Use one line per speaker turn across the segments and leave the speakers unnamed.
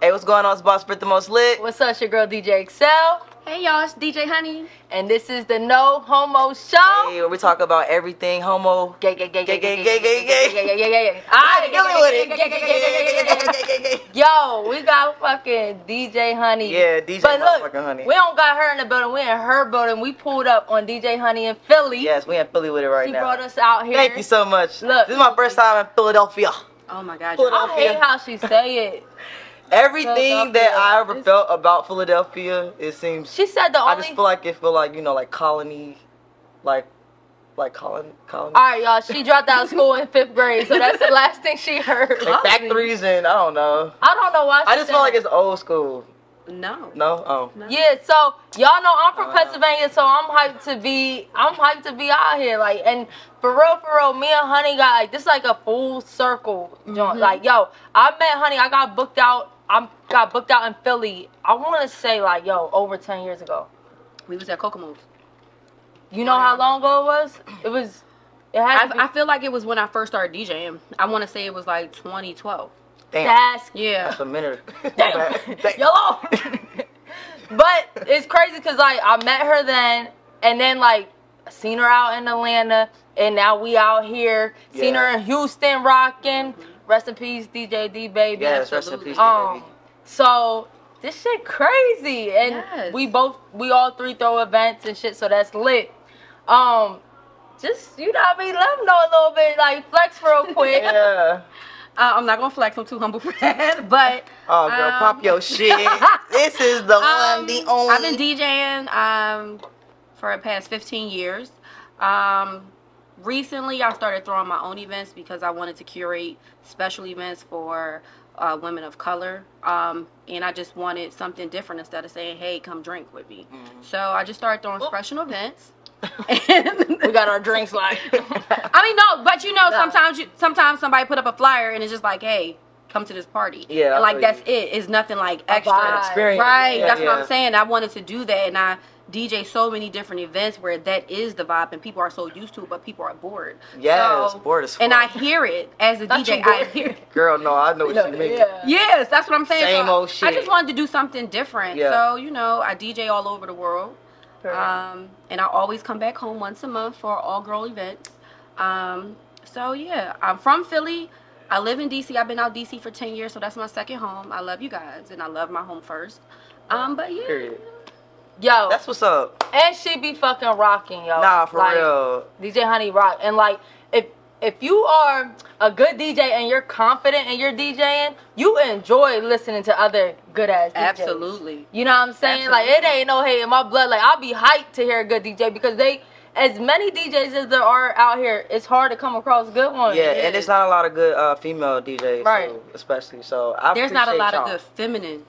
Hey, what's going on? It's Boss Brit the Most Lit.
What's up, it's your girl DJ Excel?
Hey y'all, it's DJ Honey.
And this is the No Homo Show. Hey, where we talk about everything homo,
Gay, gay, gay,
gay,
gay,
gay,
gay,
gay, gay, gay.
yeah, yeah, yeah, yeah, yeah.
All right,
Alright,
give me with
gay, gay, gay, gay, gay, gay, gay, gay, gay, gay,
it.
Yo, we got fucking DJ Honey.
Yeah, DJ
But look,
motherfucking Honey.
we don't got her in the building. We in her building. We pulled up on DJ Honey in Philly.
Yes, we in Philly with it right
she
now.
brought us out here.
Thank you so much.
Look.
this is my first time in Philadelphia.
Oh my God,
Hold
y'all.
on.
I hate how she say it.
Everything that
Philadelphia.
I ever
It's-
felt about Philadelphia, it seems.
She said the
I
only.
just feel like it feel like you know, like colony, like, like colony, colony,
All right, y'all. She dropped out of school in fifth grade, so that's the last thing she heard.
like factories, and I don't know.
I don't know why. She
I just
said
feel like
that.
it's old school.
No.
No, oh.
Yeah, so y'all know I'm from
Uh,
Pennsylvania, so I'm hyped to be I'm hyped to be out here. Like and for real, for real, me and Honey got like this like a full circle joint.
Mm-hmm.
Like, yo, I met Honey, I got booked out, I'm got booked out in Philly. I wanna say like, yo, over ten years ago.
We was at Kokomo.
You know how long ago it was? It was it had
I,
to be-
I feel like it was when I first started DJing. I want to say it was like 2012.
Damn.
that's
Yeah.
That's a minute.
Damn.
Damn.
Yellow. but it's crazy because like I met her then, and then like seen her out in Atlanta, and now we out here. Seen her
Yeah. Mm-hmm.
in Houston rocking. Rest in peace, DJ D baby.
Yes, rest in peace,
Um,
baby.
so this shit crazy, and
Yes.
we both we all three throw events and shit, so that's lit. Um, just you know what I mean. Let them know a little bit, like flex real quick.
Oh, Yeah.
Uh, I'm not gonna flex. I'm too humble for that. But
Oh, girl, pop
Um,
your shit. this is the one,
um,
the only.
I've been DJing um for the past 15 years. Um, recently I started throwing my own events because I wanted to curate special events for uh, women of color. Um, and I just wanted something different instead of saying, "Hey, come drink with me."
Mm-hmm.
So I just started throwing special events.
we got our drinks like.
I mean, no, but you know,
No.
sometimes you, sometimes somebody put up a flyer and it's just like, hey, come to this party.
Yeah, I
And, like
feel you.
that's it. It's nothing like extra.
vibe.
Experience.
Right.
Yeah,
that's what
yeah.
I'm saying. I wanted to do that, and I DJ so many different events where that is the vibe, and people are so used to it, but people are bored.
Yes,
So-
bored as
And I
fuck.
hear it as a
Not
DJ.
you
I
bored.
hear. It.
Girl, no, I know what you mean.
yeah.
Yes, that's what I'm saying.
Same
So
old
I
shit.
just wanted to do something different.
Yeah.
So you know, I DJ all over the world. Um, and I always come back home once a month for all girl events. Um, so yeah, I'm from Philly. I live in DC. I've been out DC for 10 years, so that's my second home. I love you guys, and I love my home first. Um, but yeah,
Period.
Yo,
That's what's up.
and she be fucking rocking, yo.
Nah, for
Oh, Like,
real.
DJ Honey Rock. And like if if you are a good DJ and you're confident and you're DJing, you enjoy listening to other good ass DJs.
absolutely.
You know what I'm saying? Like it
Absolutely.
ain't no hate in my blood. Like I'll be hyped to hear a good DJ because they as many DJs as there are out here, it's hard to come across good ones.
Yeah, and it's not a lot of good uh, female DJs,
Right.
so- especially. So I
There's not a
appreciate
lot
y'all.
of good feminine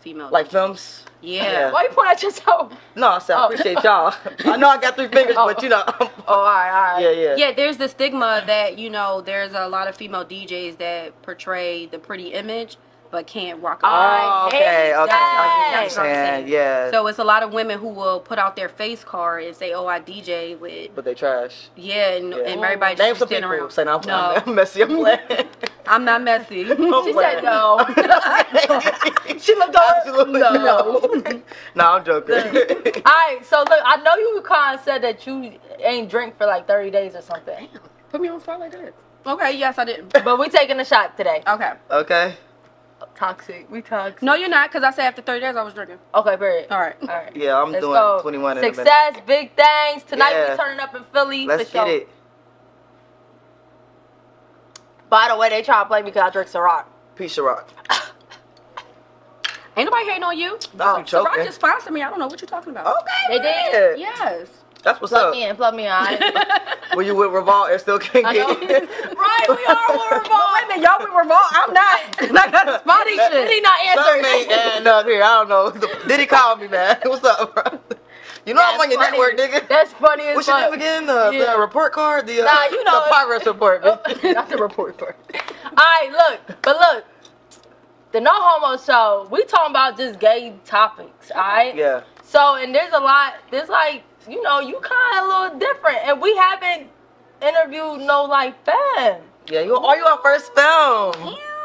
female.
like films.
yeah.
Why you point at yourself?
No, I said I
Oh.
appreciate y'all. I know I got three fingers,
Oh.
but you know, I'm,
Oh, all right, all right.
yeah, yeah,
yeah there's the stigma that you know there's a lot of female djs that portray the pretty image but can't rock a mic.
Oh,
I hate
okay, okay, I get what
that.
you're saying. Yeah,
so it's a lot of women who will put out their face card and say oh i dj with
but they trash.
yeah and,
Yeah.
and everybody
Name
just
some
be standing
people.
around
Say no, I'm,
no
I'm messy. I'm playing.
i'm not messy
Oh
She said no.
she looked absolutely
No.
no. no, I'm joking.
All right, so look, I know you kind of said that you ain't drink for like 30 days or something,
put me on spot like that okay yes i did Oh.
but we taking a shot today.
okay
okay.
Toxic. We toxic.
No, you're not, because I said after 30 days I was drinking.
Okay, period.
All right.
All right.
Yeah, I'm
Let's
doing
go.
21 in a minute.
Success, big things. Tonight
Yeah.
we turning up in Philly.
Let's
for
get
sure.
it.
By the way, they try to play me because I drink Ciroc.
Peace, rock.
Ain't nobody hating on you.
That's you
So
choking.
just sponsored me. I don't know what you're talking about.
Okay.
They
man.
did.
Yes.
That's what's
Plug
up.
me in. Plug me in. I didn't-
Were you with Revolt and still can't
I
get
know.
it?
right, we are with
But wait a minute, y'all with revolt. I'm not. And I got a spotty
Diddy,
shit.
Diddy not
Something
answering.
ain't adding up here. I don't know. Did he call me, man? What's up, bro? You know I'm on your
That's
network,
funny.
nigga.
That's funny as
What's your
fuck.
name again? The,
Yeah.
the report card? The, uh,
Nah, you know
the
it.
progress report, bitch.
Oh, not the report card. All right, look, but look, the no homo show. We talking about just gay topics, all right?
Yeah.
So, and there's a lot. There's like, you know, you kind of a little different, and we haven't interviewed no like fam.
Yeah, you are you our first film?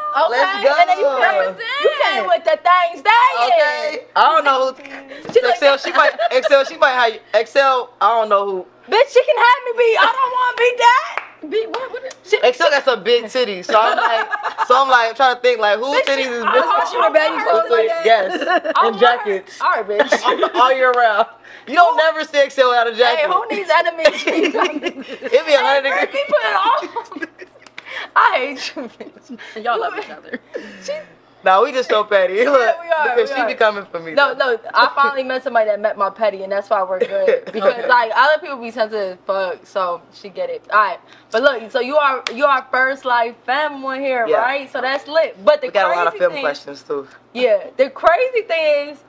Okay,
Let's go.
and then you came, you came with the things that
Okay. I don't know who
She like-
Excel, she might Excel, she might have you. Excel, I don't know who.
Bitch, she can have me be. I don't want to be that.
Be- what- what-
Excel got some big titties, so I'm like so I'm like trying to think like who
Bitch,
titties is
I
big.
want-
She rebellious
I want
clothes like
her-
that.
yes.
I
And
want her-
jackets.
All right, bitch.
all year round. You don't never see Excel without a
hey,
jacket.
who needs enemies?
It'd be a
Hey,
hundred
girl,
degrees.
people in all. I hate you, bitch.
And y'all love each other.
She,
Nah, we just so petty. Look,
we are,
because
we
she
are.
be coming for me.
no, no. I finally met somebody that met my petty, and that's why we're good. Because
Okay.
like other people be sensitive, as fuck. So she get it. All right, but look, so you are you are first like fam one here,
Yeah.
right? So that's lit. But the
We got a lot of
crazy
film
thing,
questions too.
yeah. The crazy thing is,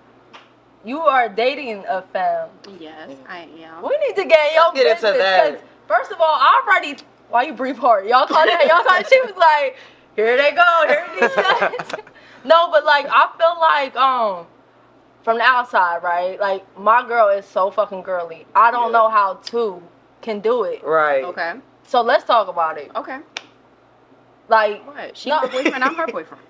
you are dating a fam.
Yes, I am.
We need to get in your
get into
business.
that.
'cause First of all, I already why you breathe hard. Y'all caught that. Y'all caught. She was like, here they go. Here these nuts. no, but like I feel like um from the outside, right? Like my girl is so fucking girly. I don't
Yeah.
know how two can do it.
Right.
Okay.
So let's talk about it.
Okay.
Like
What? She's
No.
her boyfriend. I'm her boyfriend.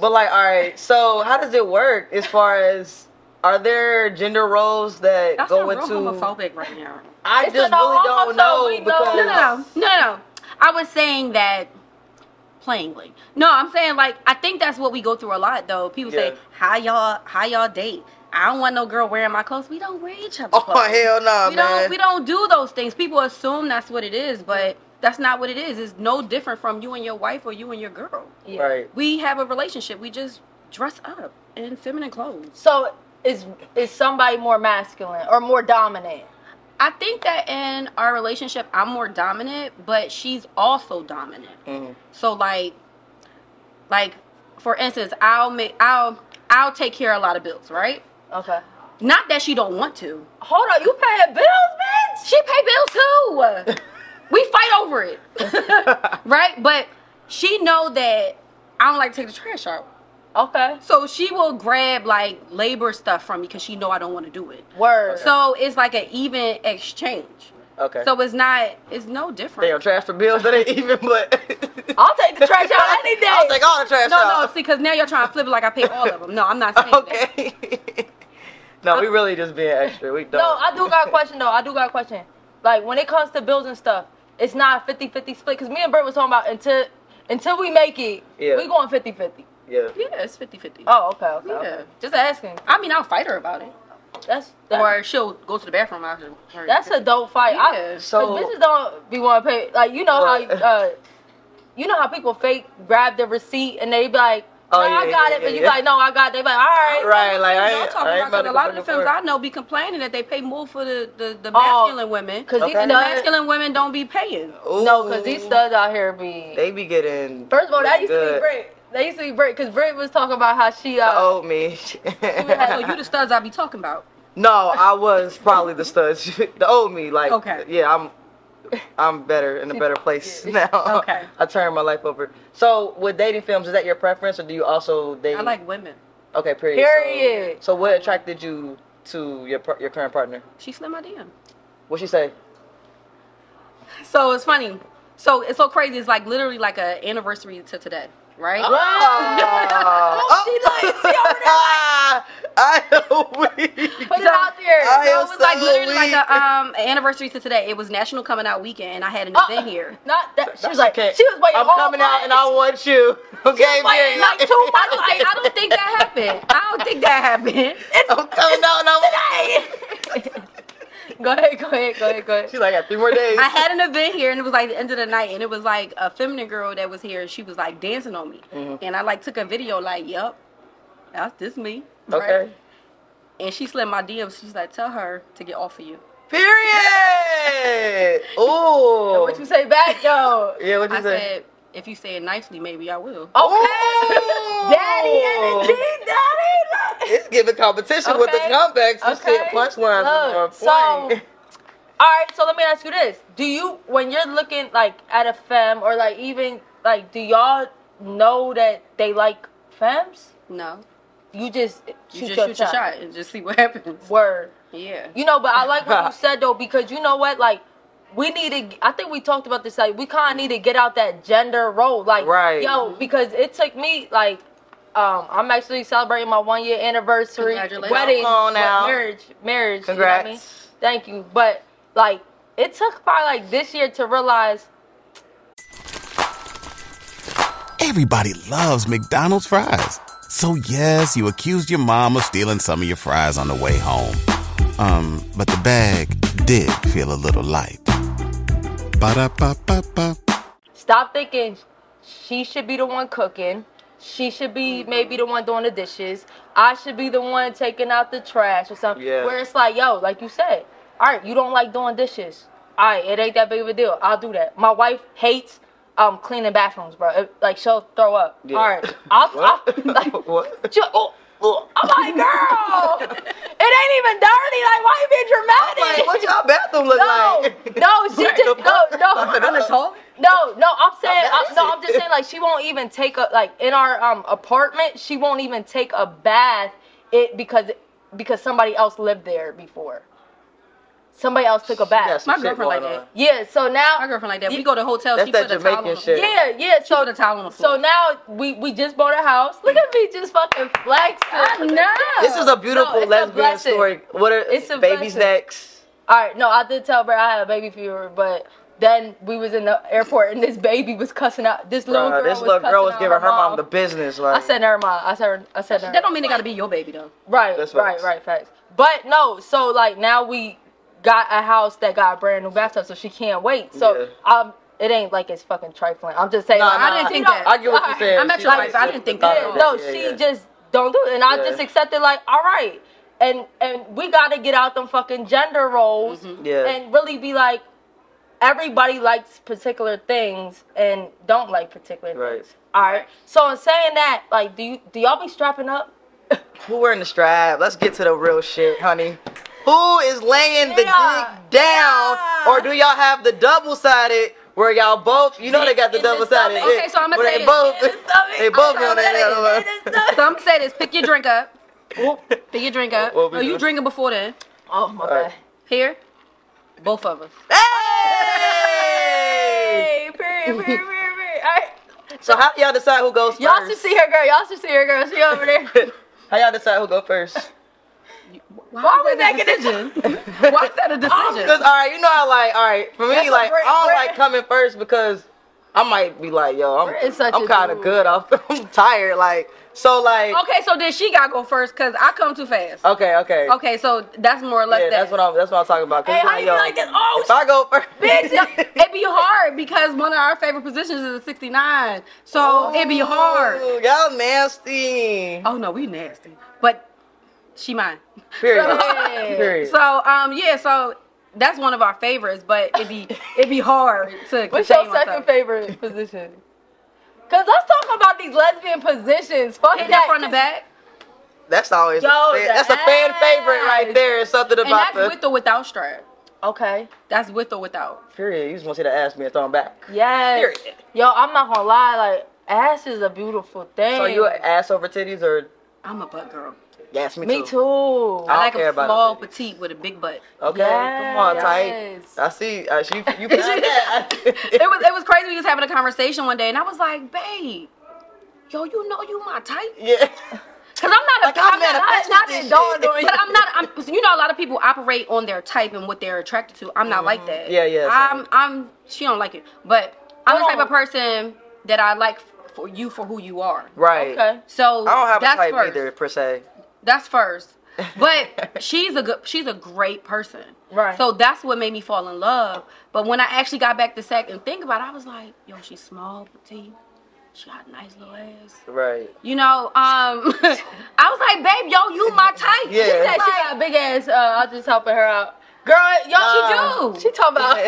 But like, all right. So how does it work as far as are there gender roles that
That's
go
real
into?
homophobic right now.
I
It's
just
a no
really don't
homo, so
know
we know-
because
No, no, no, no, no. I was saying that plainly. No, I'm saying like I think that's what we go through a lot though. People
Yeah.
say, "How y'all, how y'all date?" I don't want no girl wearing my clothes. We don't wear each other's
Oh
clothes.
hell no,
we
man.
don't we don't do those things. People assume that's what it is, but that's not what it is. It's no different from you and your wife or you and your girl.
yeah.
Right.
We have a relationship. We just dress up in feminine clothes.
So is is somebody more masculine or more dominant?
I think that in our relationship, I'm more dominant, but she's also dominant.
Mhm.
So like, like for instance, I'll make I'll I'll take care of a lot of bills, right?
Okay.
Not that she don't want to.
Hold on. You paying bills, bitch?
She pay bills too. we fight over it, right? But she know that I don't like to take the trash out,
Okay.
so she will grab like labor stuff from me because she know I don't want to do it.
Word.
So it's like an even exchange.
Okay.
So it's not. It's no different.
Damn, trash for bills that ain't even. But
I'll take the trash out any day.
I'll take all the trash
No, no,
out.
see, because now you're trying to flip it like I pay all of them. No, I'm not saying that.
okay. no, we really just being extra. We don't.
No, I do got a question though. I do got a question. Like when it comes to bills and stuff, it's not a 50-50 split. Cause me and Bert was talking about until until we make it,
Yeah.
we going 50-50.
Yeah.
Yeah, it's 50 50.
Oh, okay, okay. okay.
Yeah.
Just asking.
I mean, I'll fight her about it.
That's that's,
or she'll go to the bathroom after her.
that's a dope fight. I-
Yeah,
'cause
so-
bitches don't be want to pay. Like you know
Right.
how uh, you know how people fake grab the receipt and they be like,
Oh,
No, I
yeah,
got
yeah,
it,
yeah,
but you
yeah.
like, no, I got. it. They be like, all right.
Right. Like I
I'm
ain't.
talking
I ain't about
about because
to go
a lot
back
of the
and
films
forth.
I know be complaining that they pay more for the, the, the
Oh,
masculine women.
'cause
Okay.
these
And the
studs,
masculine women don't be paying.
no, cause these
Ooh.
studs out here be.
They be getting.
First of all, that used to be
good.
Brit. That used to be Brit because Brit was talking about how she uh,
Oh me.
So you the studs I be talking about.
No, I was probably the stud, the old me. Like,
Okay.
yeah, I'm, I'm better in a better place now.
Okay.
I turned my life over. So, with dating films, is that your preference, or do you also date?
I like women.
Okay, period.
Period.
So, so what attracted you to your par- your current partner?
She slid my DM.
What she say?
So it's funny. So it's so crazy. It's like literally like a anniversary to today, right?
Oh,
she like- she over there like-
I know.
Put it out there.
I
So
am
it was like
so
literally like
weak.
a um anniversary to today. It was National Coming Out Weekend, and I had an
Uh,
event here.
Not that she
That's
was like
okay.
she was waiting.
I'm
all
coming out and I
month.
want you. Okay,
waiting
man.
like two
I don't think I don't think that happened. I don't think that happened.
I'm coming out and I want you.
Go ahead, go ahead, go ahead, go ahead.
She's like, I got three more days.
I had an event here, and it was like the end of the night, and it was like a feminine girl that was here, and she was like dancing on me,
Mm-hmm.
and I like took a video, like, "Yep, that's this me."
okay.
And she slid my DMs. She's like, "Tell her to get off of you."
Period. Ooh.
What you say back, yo?
yeah, what you
I
say?
said, "If you say it nicely, maybe I will."
Ooh.
Daddy energy, daddy.
It's giving competition with the
Okay.
comebacks. You
Okay.
said punchlines are
Look, so-
playing.
All right, so let me ask you this: Do you, when you're looking like at a femme, or like even like, do y'all know that they like femmes?
No,
You just
you
shoot,
just
your,
shoot
shot.
your shot and just see what happens.
Word.
Yeah.
You know, but I like what you said though because you know what, like. We need to. I think we talked about this. Like, we kind of need to get out that gender role. Like,
Right.
yo, because it took me like, um, I'm actually celebrating my one year anniversary
Congratulations.
wedding,
Come on
but
now.
marriage, marriage. you know what I
Congrats.
mean? Thank you. But like it took probably like this year to realize
Everybody loves McDonald's fries. So yes, you accused your mom of stealing some of your fries on the way home. Um, but the bag did feel a little light. Ba-da-ba-ba-ba.
stop thinking she should be the one cooking. She should be
Mm-hmm.
maybe the one doing the dishes. I should be the one taking out the trash or something.
Yeah.
Where it's like, yo, like you said, all right, you don't like doing dishes. All right, it ain't that big of a deal. I'll do that. My wife hates um cleaning bathrooms, bro. It- like she'll throw up.
Yeah.
All right, I'll,
What?
I'll like,
What?
She'll, oh, oh. I'm like, girl, it ain't even dirty. Like, why you being dramatic?
Like, what y'all bathroom look
No,
like?
no, she
Right,
just
the
no,
fuck?
no.
Nothing else.
No, no, I'm saying, I,
Amazing.
no, I'm just saying, like she won't even take a like in our um apartment, she won't even take a bath it because because somebody else lived there before. Somebody else took a
Got
bath.
some
My
shit
girlfriend like
going
that.
on.
Yeah, so now
My girlfriend like that. We go to hotels.
That's
she
that
put a towel
Jamaican
on.
shit.
Yeah, yeah. So
put a towel on the
So
floor.
now we we just bought a house. Look at me just fucking flexing.
I know.
This is a beautiful
No, it's a
lesbian
blessing.
story. What are
It's a
babies
blessing.
next?
All right, no, I did tell her I had a baby fever, but then we was in the airport and this baby was cussing out. This
Bruh,
little girl
this
was
little girl
cussing
was
out
giving her mom the
mom.
business. Like,
I said never mind. I said I said
That
never.
don't mean it gotta be your baby though.
Right,
That's
right,
facts.
right, facts. But no, so like now we got a house that got a brand new bathtub, so she can't wait.
Yeah.
So um, it ain't like it's fucking trifling. I'm just saying.
Nah,
like,
nah,
I didn't think that.
I get what you're
Alright,
saying.
I'm at
She
your
like
wife. I
the-
didn't think
the
that.
yeah,
thought
no,
of it. Yeah,
she
yeah.
just don't do it, and I
Yeah.
just accepted like, all right, and and we gotta get out them fucking gender roles
Mm-hmm.
Yeah.
and really be like, everybody likes particular things and don't like particular
Right.
things. All right. So in saying that, like, do you do y'all be strapping up?
Who wearing the strap? Let's get to the real shit, honey. Who is laying the
Yeah.
dick down, or do y'all have the double sided where y'all both? You know they got the
In the
double sided.
stomach.
Okay, so I'ma say
they
this.
both.
In the stomach.
They both
I'm
be on
sorry,
that
in the
other
stomach.
So I'm gonna say this: pick your drink up. Pick your drink up.
What we
No, you
doing?
drinking before then.
Oh my
right.
god.
Here, both of us.
Hey!
Hey, period, period, period, period. All right.
So how do y'all decide who goes 1st
Y'all should see her girl. Y'all should see her girl. She over there.
How y'all decide who go first?
Why we
is that a
making this-
decision? Why is that a
Because
decision?
all right, you know I like all right for me
That's a
like
great-
I don't
great-
like coming first because I might be like yo I'm
is such
I'm
a
kind of
dude.
good off I'm tired like so like
Okay, so then she gotta go first because I come too fast.
okay okay
Okay, so that's more or less
yeah,
that.
that's what I'm that's what I'm talking about. 'Cause
Hey,
it's
how you be
yo,
like this? Oh,
if I go first,
Bitch, it'd be hard because one of our favorite positions is a 69. So it'd
Oh.
be hard.
Ooh, y'all nasty.
Oh no, we nasty. But she mine.
Period.
Yeah.
Period.
So um yeah, so that's one of our favorites, but it'd be it'd be hard to
What's
contain
your second
myself.
favorite position? Cause let's talk about these lesbian positions. Fuck
Hit
that.
that from the back.
that's always
Yo,
a fan,
the
that's a fan
ass.
favorite right there. It's something
And
about
that's
the
with or without strap.
Okay.
That's with or without.
period. You just want to see the ass being thrown back.
Yes.
Period.
Yo, I'm not gonna lie. Like, ass is a beautiful thing.
So you an ass over titties or
I'm a butt girl.
yes me too.
Me
I
too.
don't
I, like
care
a
about
small
no titties.
petite with a big butt.
Okay, come on, tight.
Yes.
I see. Uh, she, you found that.
it was it was crazy. We was having a conversation one day, and I was like, "Babe, yo, you know you my type."
yeah.
Cause I'm not
Like, I'm
not,
manifesting
not,
this
not
shit.
but I'm not. I'm, you know, a lot of people operate on their type and what they're attracted to. I'm not like that.
Mm-hmm. Yeah, yeah,
I'm. I'm. She don't like it, but I'm the
Hold
type of
on.
person that I like for you for who you are.
Right.
Okay.
So
I don't have
that's
a type
first.
either per se.
That's first. But she's a good she's a great person.
Right.
So that's what made me fall in love. But when I actually got back to sack and think about it, I was like, yo, she's small, petite. She got a nice little ass.
Right.
You know, um I was like, babe, yo, you my type.
Yeah.
She said
She got a big ass. Uh, I was just helping her out. Girl, yo,
Nah.
she do. She talking about.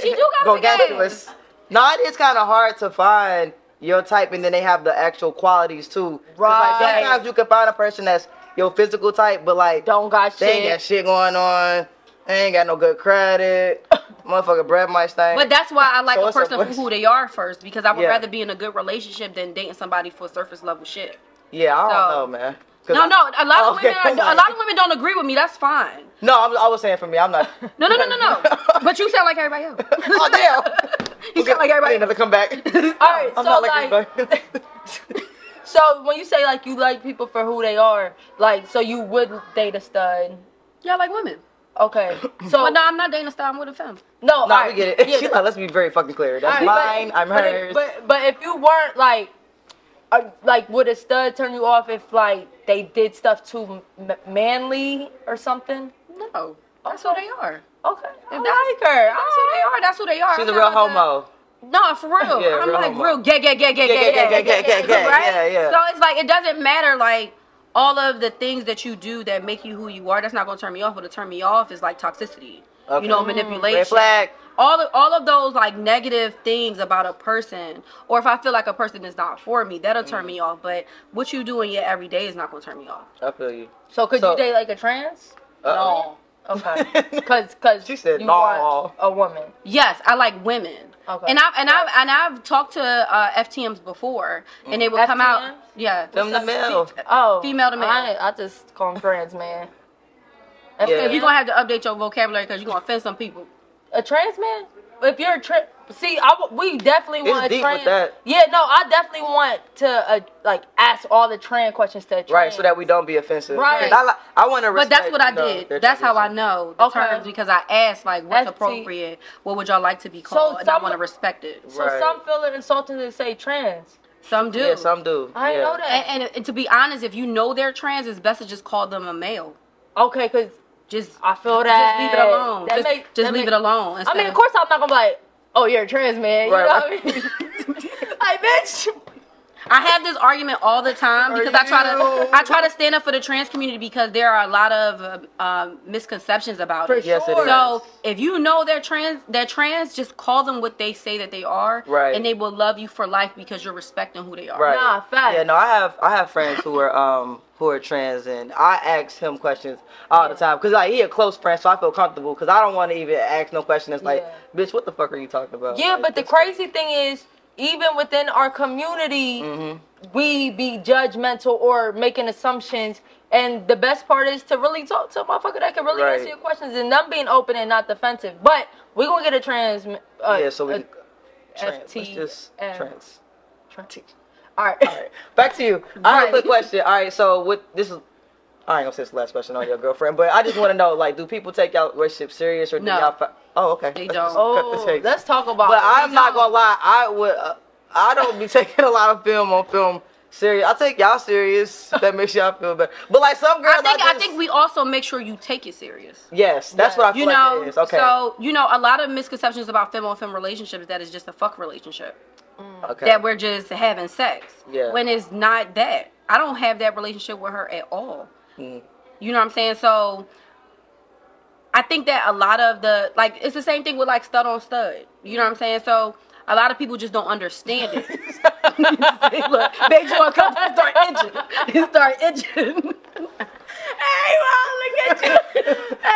She do got
Go
big ass.
gangbusters. No, it is kind of hard to find your type, and then they have the actual qualities too. 'Cause, Like,
Right.
sometimes you can find a person that's your physical type, but like
Don't got
they ain't got
shit.
shit going on. They ain't got no good credit. Motherfucker, bread might stink.
But that's why I like
So
a
it's a
person for
bunch-
who they are first, because I would
Yeah.
rather be in a good relationship than dating somebody for surface level shit.
yeah, I
so-
don't know, man. 'Cause
No,
I-
no, a lot of
Okay,
women are,
I'm
a lot of women don't agree with me. That's fine.
No, I'm, I was saying for me, I'm not.
No, no, no, no, no. but you sound like everybody else.
oh damn!
You sound like
I
everybody
need another
else.
comeback. I'm
All right, so
not
like,
like, this guy.
so when you say like you like people for who they are, like so you would date a stud.
Y'all like women.
Okay,
Oh.
so
But no, I'm not dating a star. I'm with a femme.
no,
No,
all
we
right,
get it.
yeah,
She's like, let's be very fucking clear. That's
all
mine.
right, but-
I'm
but if-
hers.
But but if you weren't like, uh, like would a stud turn you off if like they did stuff too m- manly or something?
No, that's who they
Oh.
are.
Okay, I
If that's-
like her.
That's who they are. That's who they are.
She's
I'm
a
not
real
about to-
homo.
No, for real.
Yeah,
I'm
real
like
homo.
real gay, gay, gay,
Yeah,
gay, gay,
yeah,
gay,
yeah,
gay,
yeah,
gay,
yeah,
gay, right?
yeah, yeah.
So it's like it doesn't matter like all of the things that you do that make you who you are. That's not gonna turn me off. What'll turn me off is like toxicity.
Okay.
You know,
Mm,
manipulation.
Red flag.
all of, all of those like negative things about a person or if i feel like a person is not for me that'll
Mm.
turn me off but what you do in your everyday is not going to turn me off
I feel you.
So could
So-
you date like a trans?
Uh-oh.
No. Okay. Cause cause
She said
you
no.
want a woman.
yes i like women
Okay.
and i've and i've and i've talked to uh, ftms before
Mm.
and they would come out
FTMs?
yeah
Them the male.
Oh,
Female to male.
I, I just call them trans man. If
Yeah.
you're gonna have to update your vocabulary because you're gonna offend some people.
a trans man, if you're a trans, see, I w- we definitely
It's
want a
deep with
trans.
that.
Yeah, no, I definitely want to uh, like ask all the trans questions to a trans.
Right, so that we don't be offensive. 'Cause
Right.
I, li- I want to
But
respect.
that's what I
you know,
did.
their
That's how I
tradition.
know the
Okay.
terms because I asked like what's
FT.
appropriate, what would y'all like to be called, and I
some-
want to respect it.
So
Right.
some feel it insulting to say trans.
Some do.
Yeah, some do.
I
yeah.
didn't know that.
And, and, and to be honest, if you know they're trans, it's best to just call them a male.
Okay, cause
Just
I feel that.
just leave it alone.
That
just
make-
just
that
leave
make-
it alone.
I mean,
instead
of course, I'm not gonna be like, oh, you're a trans man. You
Right,
know
right.
what I mean? like, bitch.
I have this argument all the time because I try
you?
to I try to stand up for the trans community because there are a lot of uh, um, misconceptions about
For
it.
Yes, it
sure.
is.
So if you know they're trans, they're trans. Just call them what they say that they are,
Right.
And they will love you for life because you're respecting who they are.
Right.
Nah, facts.
Yeah, no, I have I have friends who are um who are trans, and I ask him questions all the time because like he a close friend, so I feel comfortable because I don't want to even ask no question that's like,
Yeah.
bitch, what the fuck are you talking about?
Yeah,
Like,
but the
this-
crazy thing is, even within our community,
Mm-hmm.
we be judgmental or making assumptions. And the best part is to really talk to a motherfucker that can really
Right.
answer your questions and them being open and not defensive. But we gonna get a trans. Uh,
yeah, so we
a
can trans. Let's
FT,
just
um,
trans.
trans. All right. All right.
Back to you. I have a
Right.
quick question. All right, so what this is. I ain't gonna say it's the last question on your girlfriend, but I just want to know, like, do people take y'all relationship serious or do
No.
y'all? Fi- oh, okay.
They
Let's just
don't.
cut this
Oh,
cake.
let's talk about.
But
it.
I'm
We
not
don't-
gonna lie, I would. Uh, I don't be taking a lot of film on film serious. I take y'all serious. if That makes y'all feel better. But like some girls,
I think I
just-
think we also make sure you take it serious.
Yes, that's what I feel
you
like
know
it is. Okay.
so you know a lot of misconceptions about femme on femme relationships that is just a fuck relationship
okay.
that we're just having sex
Yeah.
when it's not that i don't have that relationship with her at all
Mm-hmm.
you know what i'm saying so i think that a lot of the like it's the same thing with like stud on stud you know what i'm saying so a lot of people just don't understand it. Look, they just want to come start itching. Start itching. hey, well, look at you. Hey,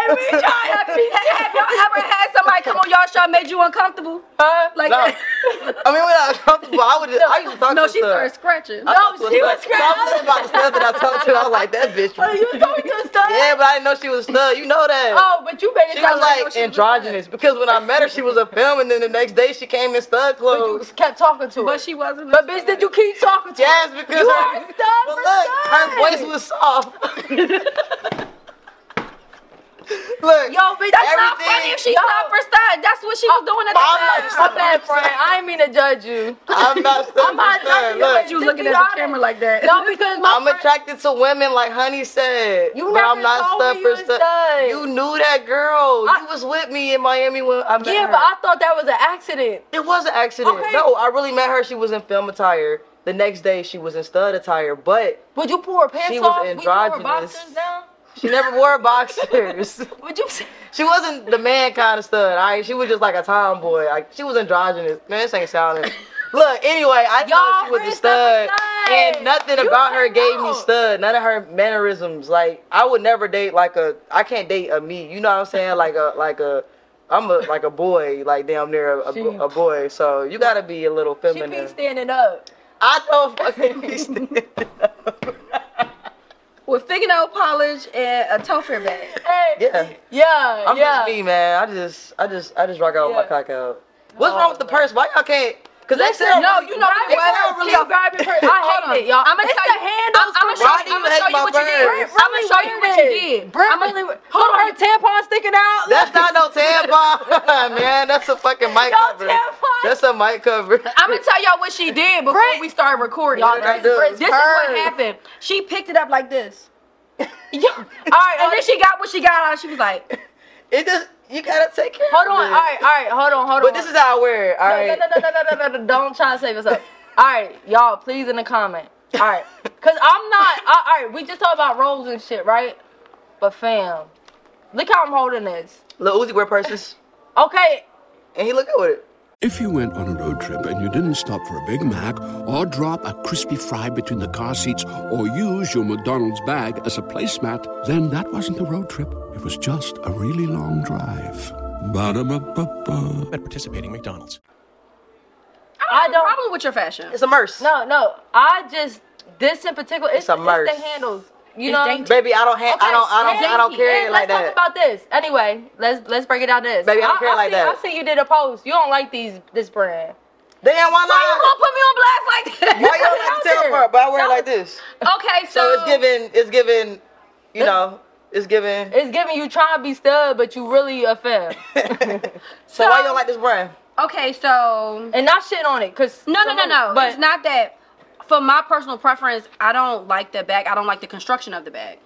we trying to- Have y'all ever had somebody come on your y'all shot made you uncomfortable?
Huh?
Like
No.
that?
I mean, we're not comfortable. I would. I used to talk
no,
to
she
her.
started scratching.
I
No,
talked to her
she
stuff.
was scratching.
Something about the stuff that I talked to her. I was like, that bitch.
Oh, you was talking to a stud?
Yeah, but I didn't know she was stud. You know that.
Oh, but you made it
She was
sound no,
like
she was a
androgynous because when I met her, she was a film, and then the next day she came in stud
stud. But you
clothes.
kept talking to her.
but she wasn't.
But bitch, did you keep talking to
Yes,
her?
because
you
her,
are a stud
but
for
look, her
stud.
voice was soft. look,
Yo, bitch, that's
Not funny if she stopped for stud. That's what she was doing at the
I'm not
time.
stopping
I'm bad, friend. I ain't mean to judge you.
I'm not stud
I'm not
for stud.
judging
Look,
but
you
Just
looking
be
at
honest.
the camera like that.
No, because my
I'm
friend-
attracted to women, like Honey said.
You
but
never
I'm not
told
stud
me
for
you was
stud.
stud.
You knew that girl.
I-
you was with me in Miami when I met
Yeah,
her.
but I thought that was an accident.
It was an accident.
Okay.
No, I really met her. She was in film attire. The next day, she was in stud attire, but
Would you pull her pants
She was
off? Would you pull her
androgynous.
boxers down?
she never wore boxers.
Would you?
she wasn't the man kind of stud. All right, she was just like a tomboy. Like she was androgynous. Man, this ain't sounding. Look, anyway, I
Y'all
thought she was
friends
a stud,
up a stud.
and nothing
You
about her
can't
gave
know.
me stud. None of her mannerisms. Like I would never date like a. I can't date a me. You know what I'm saying? Like a like a. I'm a like a boy, like damn near a, a, a boy. So you gotta be a little
She
feminine.
be standing up.
I don't fucking understand.
With fingernail polish and a topher bag.
Hey,
Yeah.
yeah,
I'm
yeah.
just me, man. I just, I just, I just rock out with my
Yeah. Oh,
cock out. What's wrong with the purse? Why y'all can't? Cause they
Listen,
sell.
no, you know
they
what?
sell
Keep
really.
grabbing her. I hate it, y'all.
I'ma
it's
tell
the
you-
handles.
I'm
for-
gonna show
Why do you
you. I'm gonna
hate
show you
my
what you did.
birds?
I'm gonna show you what you did.
Brent
I'ma-
really, hold on, her tampon sticking out.
That's not no tampon, man. That's a fucking mic
No
cover.
tampon.
That's a mic cover.
I'm gonna tell y'all what she did before
Brent-
we started recording.
Y'all,
I
this
do.
is Brent's
this is what
purse.
happened. She picked it up like this.
Yo, all right,
And then she got what she got out. She was like,
It just, you gotta take care.
Hold
of
on, all
it.
right, all right, hold on, hold on.
But this is how I wear it. All
No,
right.
no, no, no, no, no, no, no, don't try to save us up. All right, y'all, please in the comment. All right, cause I'm not. I, all right, we just talk about roles and shit, right? But fam, look how I'm holding this.
Lil Uzi wear purses,
Okay,
and he look good with it.
If you went on a road trip and you didn't stop for a Big Mac or drop a crispy fry between the car seats or use your McDonald's bag as a placemat, then that wasn't a road trip. It was just a really long drive. Ba-da-ba-ba-ba.
at participating McDonald's.
I don't have
don't-
a problem with your fashion.
It's a merce.
no, no, I just this in particular. It's,
It's a merch.
It's the handles, you
It's
know.
dainty.
baby, I don't have, I don't, I don't, I don't
dainty.
carry
And
it like that.
let's talk about this anyway. Let's let's break it down. This
Baby, I don't carry it like
see,
that.
I see you did a post. You don't like these this brand.
Damn, why
Why you
not?
gonna put me on blast like that?
Why you don't like the tail part? But I wear it
Tell
like
us.
this.
Okay, so,
So it's giving, it's giving, you know, it's giving.
It's giving you trying to be stud, but you really a femme.
So why you don't like this brand?
Okay, so
and not shit on it, cause
no, no, no, no.
But
it's not that. For my personal preference, I don't like the bag. I don't like the construction of the bag.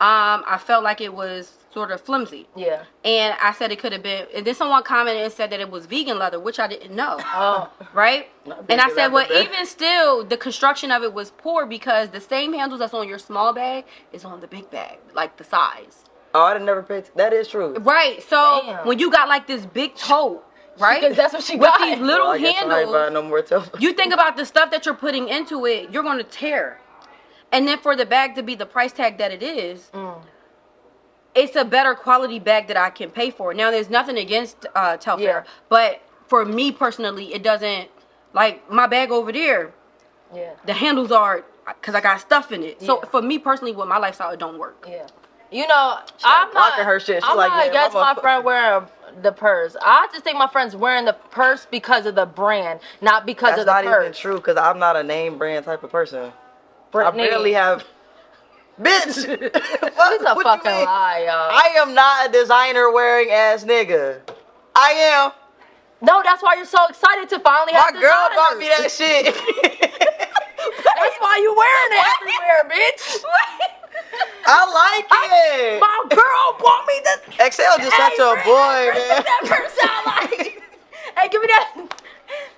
Um, I felt like it was sort of flimsy.
yeah.
and I said it could have been. And then someone commented and said that it was vegan leather, which I didn't know.
Oh,
Right? And I
vegan
said, well,
leather.
even still, the construction of it was poor because the same handles that's on your small bag is on the big bag, like the size.
Oh, I didn't never picked. That is true.
Right. So
Damn.
when you got like this big tote, right?
because that's what she
with
got.
these little
Well, Oh, I guess I ain't buying
handles.
no more tail.
You think about the stuff that you're putting into it, you're going to tear. And then for the bag to be the price tag that it is, it's a better quality bag that I can pay for. Now, there's nothing against uh, Telfair,
Yeah.
but for me personally, it doesn't. Like my bag over there,
yeah,
the handles are because I got stuff in it. So
Yeah.
for me personally, with my lifestyle, it don't work.
yeah. You know,
like
I'm not
blocking her shit. She
I'm
like,
not
yeah,
against
my
my
motherfucker.
friend wearing the purse. I just think my friend's wearing the purse because of the brand, not because
That's
of the
not even
purse.
true because I'm not a name brand type of person. I
Brittany.
barely have. Bitch,
It's a fucking lie, y'all.
I am not a designer wearing ass nigga. I am.
No, that's why you're so excited to finally
My
have
girl
designers.
bought me that shit.
That's why you wearing it everywhere, bitch.
I like it.
My girl bought me this.
Excel just such a boy, man.
That person I like. hey, give me that.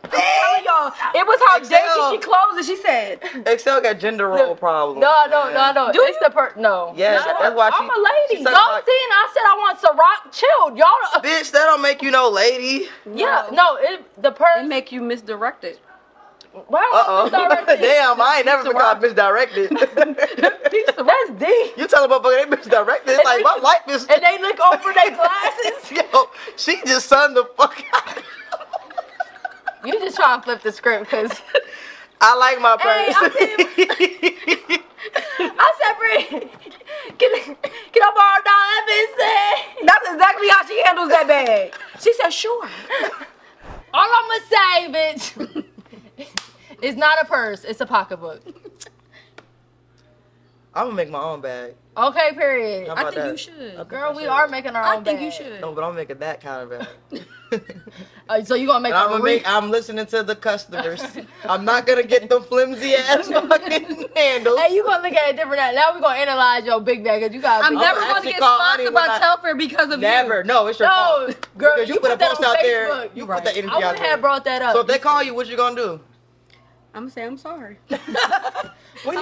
I'm telling y'all, it was how
Excel.
dainty she closed and she said,
Excel got gender role problems.
No, no, no,
man.
no.
Do
it's the per no.
Yes,
no,
that's why she-
I'm a lady.
she
Y'all
suck my-
seen? I said I want Ciroc chilled. Y'all, uh,
Bitch, that don't make you no lady.
yeah, no. It the purse.
"It make you misdirected."
Wow,
Uh oh.
that's directed.
Damn, I ain't never been got misdirected.
That's D.
You tell a motherfucker they misdirected. It's like my life is.
And they look over their glasses.
Yo, she just sunned the fuck out.
You just trying to flip the script because
I like my
Hey,
person.
I said, Brittany, can, can I borrow Don Evans?
That's exactly how she handles that bag. She said, sure.
All I'm gonna say, bitch, it's not a purse, it's a pocketbook.
I'm gonna make my own bag.
Okay, period.
How
I
about
think
that?
you should.
I think I
Girl, we
should.
are making our
I
own.
think you
bag.
should.
No, but I'm making that kind of bag.
Uh, so you gonna make
And I'm
a
gonna make.
re-
I'm listening to the customers. I'm not gonna get them flimsy ass fucking handles.
Hey, you gonna look at it different now. Now we gonna analyze your big bag because you got.
I'm
big
never
gonna
going to
actually
get
call Ani
sponsored
when
by
I-
Telfair because of
Never.
you.
No, it's your fault.
No, girl,
Because
you,
you
put,
put a
that
post
on
out
Facebook.
there, you
You're
put
right.
that energy
I
out
wouldn't
there.
have brought that up.
So if they call you, what you gonna do?
I'm going to say I'm sorry.
we need
I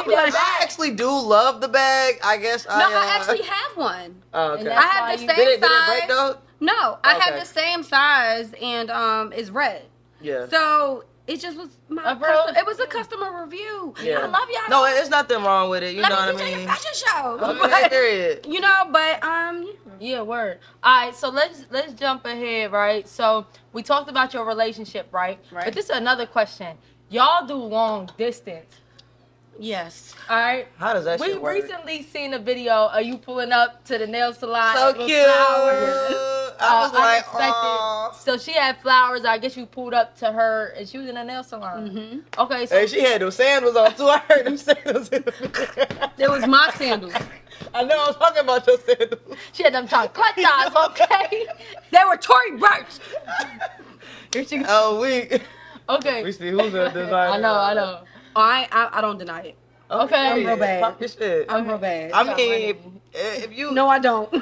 that bag.
actually do love the bag. I guess I.
no,
uh,
I actually have one.
Oh, okay.
And
I
that's why
have the
you-
same
Did
did it, did it
size.
break though?
No, I
Okay.
have the same size and um, it's red.
Yeah.
So it just was my.
Uh, bro.
custom- it was a customer review.
Yeah.
I love y'all.
No, there's nothing wrong with it. You
Let
know
me
what
DJ
I
your
mean?
fashion show.
Okay, period.
You know, but um,
Yeah, word. All right, so let's let's jump ahead, right? So we talked about your relationship, right?
Right.
But this is another question. Y'all do long distance,
yes.
all right?
How does that
We
shit work?
recently seen a video of you pulling up to the nail salon.
so
with
cute.
flowers,
I
uh,
was like,
unexpected.
oh.
So she had flowers. I guess you pulled up to her, and she was in a nail salon.
Mm-hmm.
Okay, so
Hey, she had those sandals on too. I heard them sandals. In the
It was my sandals.
I know I'm talking about your sandals.
she had them chancletas. Okay,
They were Tory Burch.
here she goes.
Oh, we
Okay,
we see who's the designer.
I know, I know.
I, I I don't deny it.
Okay,
I'm real bad.
Talk your shit.
I'm real bad.
I mean, if you
no, I don't.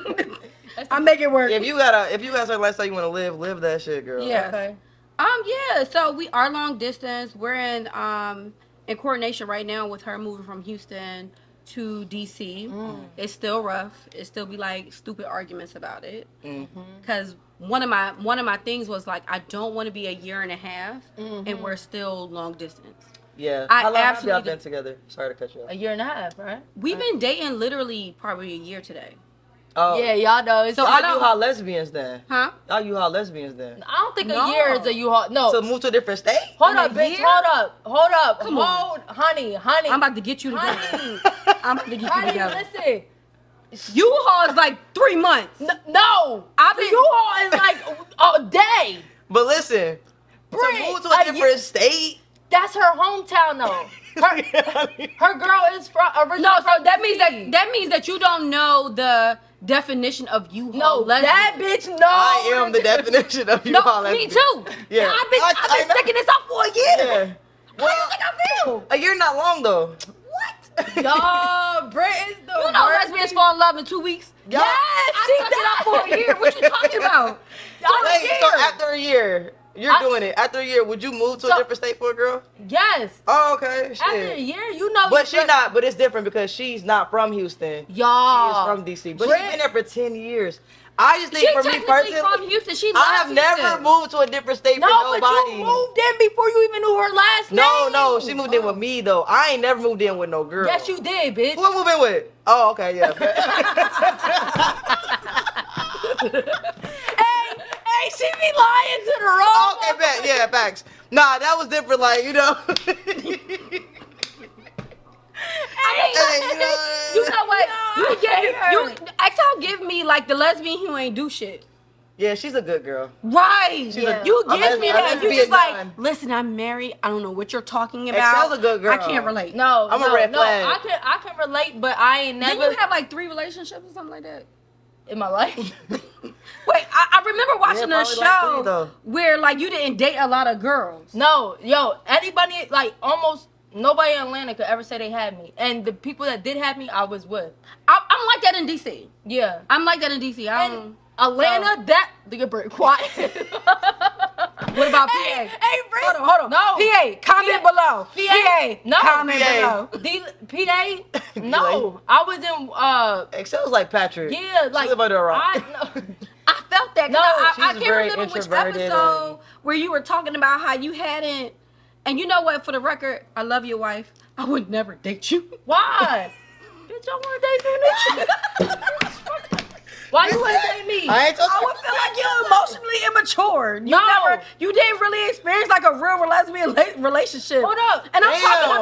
I make it work.
if you got a if you got certain lifestyle you want to live, live that shit, girl.
Yeah.
Okay.
Um, yeah. So we are long distance. We're in um in coordination right now with her moving from Houston to DC. It's still rough. It still be like stupid arguments about it. Because one of my one of my things was like I don't want to be a year and a half, and we're still long distance.
Yeah.
I
How long have y'all
absolutely-
been together? Sorry to cut you off.
A year and a half, right?
We've been dating literally probably a year today.
Oh.
Yeah, y'all know. It's
So
Y'all
I
I,
you
don't-
how lesbians then?
Huh?
Y'all you how lesbians then?
don't think a
No.
year is a U-Haul. No,
To move to a different state?
Hold
In a
up, bitch.
year?
Hold up. Hold up.
Come on.
hold, honey, honey.
I'm about to get you together.
honey,
I'm about to get you
honey,
together.
listen.
U-Haul is like three months.
N- No,
I've
the
been-
U-Haul is like a a day.
But listen,
Brit,
to move to
a
a
year-
different state.
That's her hometown though. Her, her girl is from originally
No, so
from
that means
DC.
that that means that you don't know the definition of you.
no, that bitch no.
I am the definition of you
No,
all
me too.
Yeah.
I've been,
I-
I've
I-
been sticking this up for a year.
Yeah.
How
Well,
you think I feel?
a year not long though.
What?
Yo, Brit is the
You know
worst.
lesbians fall in love in two weeks.
Y'all-
I stuck it up for a year. What you talking about?
Y'all
Wait,
scared.
so after a year, you're
I-
doing it. After a year, would you move to a
So-
different state for a girl?
yes.
Oh, okay. Shit.
After a year, you know.
But
you
she not. But it's different because she's not from Houston.
Y'all.
She's from DC, but
Brit-
she's been there for ten years. I just think
She
for me
technically
personally,
from Houston. She loves
I have never
Houston.
moved to a different state
No,
for
but
nobody.
you moved in before you even knew her last
no,
name.
no, she moved in with me though. I ain't never moved in with no girl.
Yes, you did, bitch.
Who I moved in with? Oh, okay, yeah.
hey, hey, she be lying to the wrong.
okay, bet. Yeah, facts. Nah, that was different. Like you know. Hey, you know,
You know what? you gave
hate
you XL give me like the lesbian who ain't do shit.
Yeah, she's a good girl.
Right.
a-
you
I'm
give
a-
me
I'm
that.
a
You just
Vietnam.
like, listen, I'm married. I don't know what you're talking about.
XL's a good girl.
I can't relate.
No,
I'm a
no,
red
no,
flag.
I can I can relate, but I ain't
Didn't
never
you have like three relationships or something like that?
in my life.
Wait, I, I remember watching a
probably like three,
show
though.
where like you didn't date a lot of girls.
no, yo, anybody like almost nobody in Atlanta could ever say they had me, and the people that did have me, I was with.
I, I'm like that in DC.
Yeah,
I'm like that in DC. I don't.
and Atlanta, that nigga break quiet.
what about PA?
hey, hey, Brit.
Hold on, hold on.
No,
PA, comment below. PA,
no,
comment
PA.
below.
D, PA, no, I was in uh.
Excel's like Patrick.
Yeah, like
she's about to rock.
I, no.
I felt that. 'cause
No,
I, I, I
she's
can't
very
remember which
introverted
episode
and-
where you were talking about how you hadn't. And you know what? For the record, I love your wife. I would never date you.
Why? Bitch, y'all want to date me? Why you want to date me?
I ain't
I
talking.
would feel like you're emotionally immature. You
No.
never, you didn't really experience like a real lesbian la- relationship.
Hold up.
And I'm
Damn.
talking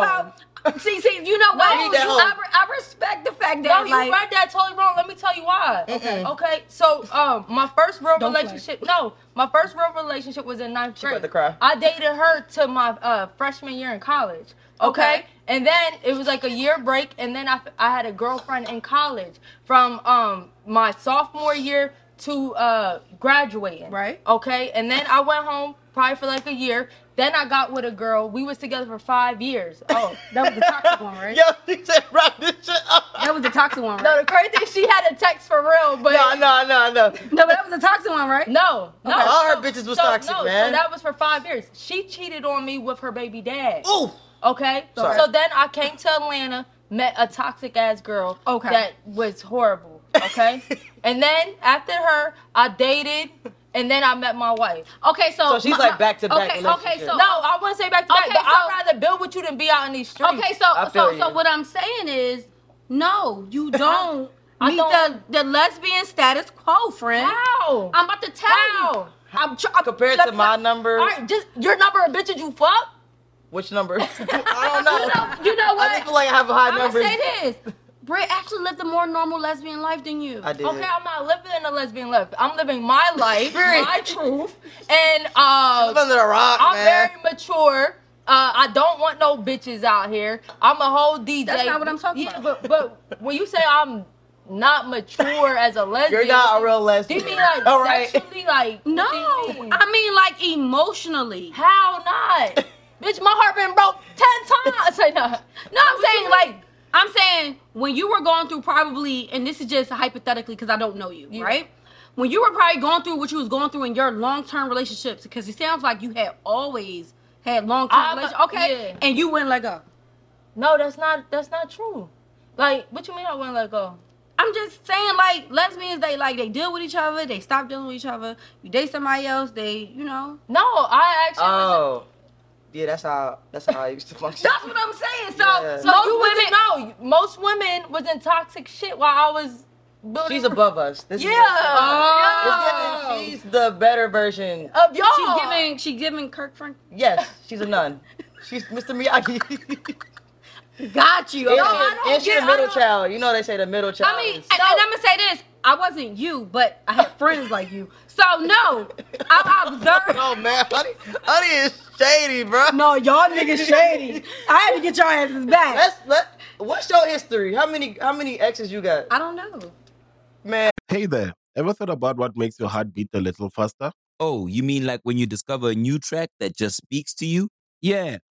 about, see, see, you know what?
read that
You-
whole-
I, re- I respect the fact
No,
that
you
like,
read that totally wrong. Let me tell you why. Okay. Okay. So, um, my first real
Don't play.
relationship. No, my first real relationship was in ninth grade.
about to cry.
I dated her to my uh, freshman year in college. Okay?
Okay.
And then it was like a year break, and then I, I had a girlfriend in college from um my sophomore year to uh graduating.
Right.
Okay. And then I went home probably for like a year. Then I got with a girl. We was together for five years. Oh, that was the toxic one, right?
Yo, he said, wrap this shit up.
that was the toxic one,
No, the crazy thing, she had a text for real, but
No, no, no, no.
No, but that was the toxic one, right?
no, no.
Okay. All her bitches was toxic,
no,
man.
So that was for five years. She cheated on me with her baby dad.
Ooh.
Okay,
Sorry.
so then I came to Atlanta, met a toxic ass girl.
Okay.
that was horrible. Okay, and then after her, I dated, and then I met my wife.
Okay,
So she's like back to back.
Okay, okay, so
No, I wouldn't say back to back,
Okay,
but I'd
so-
rather build with you than be out in these streets.
Okay, so
I feel
so
you.
so what I'm saying is, no, you don't
I
meet
don't-
the the lesbian status quo, friend.
how?
I'm about to tell you.
how?
I'm tr- I'm-
Compared
let
to
me-
my number,
All right, just your number of bitches you fuck.
which number? I don't know.
You know
I
what?
just feel like I have a high
I'm gonna
number.
say this. Britt actually lived a more normal lesbian life than you.
I did.
Okay, I'm not living a lesbian life. I'm living my life,
Right.
my truth, and uh,
under the rock,
I'm
man.
very mature. Uh, I don't want no bitches out here. I'm a whole DJ.
That's not what I'm talking
Yeah,
about.
But, but when you say I'm not mature as a lesbian,
You're not a real
Do
lesbian.
you mean like
All right.
sexually? Like
No,
what do you mean?
I mean like emotionally.
how not? Bitch, my heart been broke ten times. Like, no, no, I'm saying like
I'm saying when you were going through probably, and this is just hypothetically because I don't know you, right? When you were probably going through what you was going through in your long term relationships, because it sounds like you had always had long term
I'm-
relationships, okay?
yeah.
And you wouldn't let go.
no, that's not that's not true. Like, what you mean I wouldn't let go?
I'm just saying, like lesbians, they like they deal with each other, they stop dealing with each other. You date somebody else, they, you know.
No, I actually was
Oh, yeah, that's how that's how I used to function.
That's what I'm saying. So,
Yeah.
so
So
most
you
women,
women know most women was in toxic shit while I was building.
She's above us. This
yeah.
Is
yeah.
It's giving- she's the better version.
Of y'all.
Oh. she's giving, she giving Kirk Frank.
Yes, she's a nun. She's Mr. Miyagi.
Got you.
and,
okay?
she- and she's
get-
the
I
middle
don't-
child. You know they say the middle child.
I mean, and,
is-
I'm gonna say this: I wasn't you, but I had friends like you. So no, I, I observed.
oh man, honey, honey is shady, bro.
No, y'all niggas shady. I had to get y'all asses back.
Let's let. What's your history? How many how many exes you got,
I don't know.
man?
Hey there. Ever thought about what makes your heart beat a little faster?
Oh, you mean like when you discover a new track that just speaks to you?
Yeah.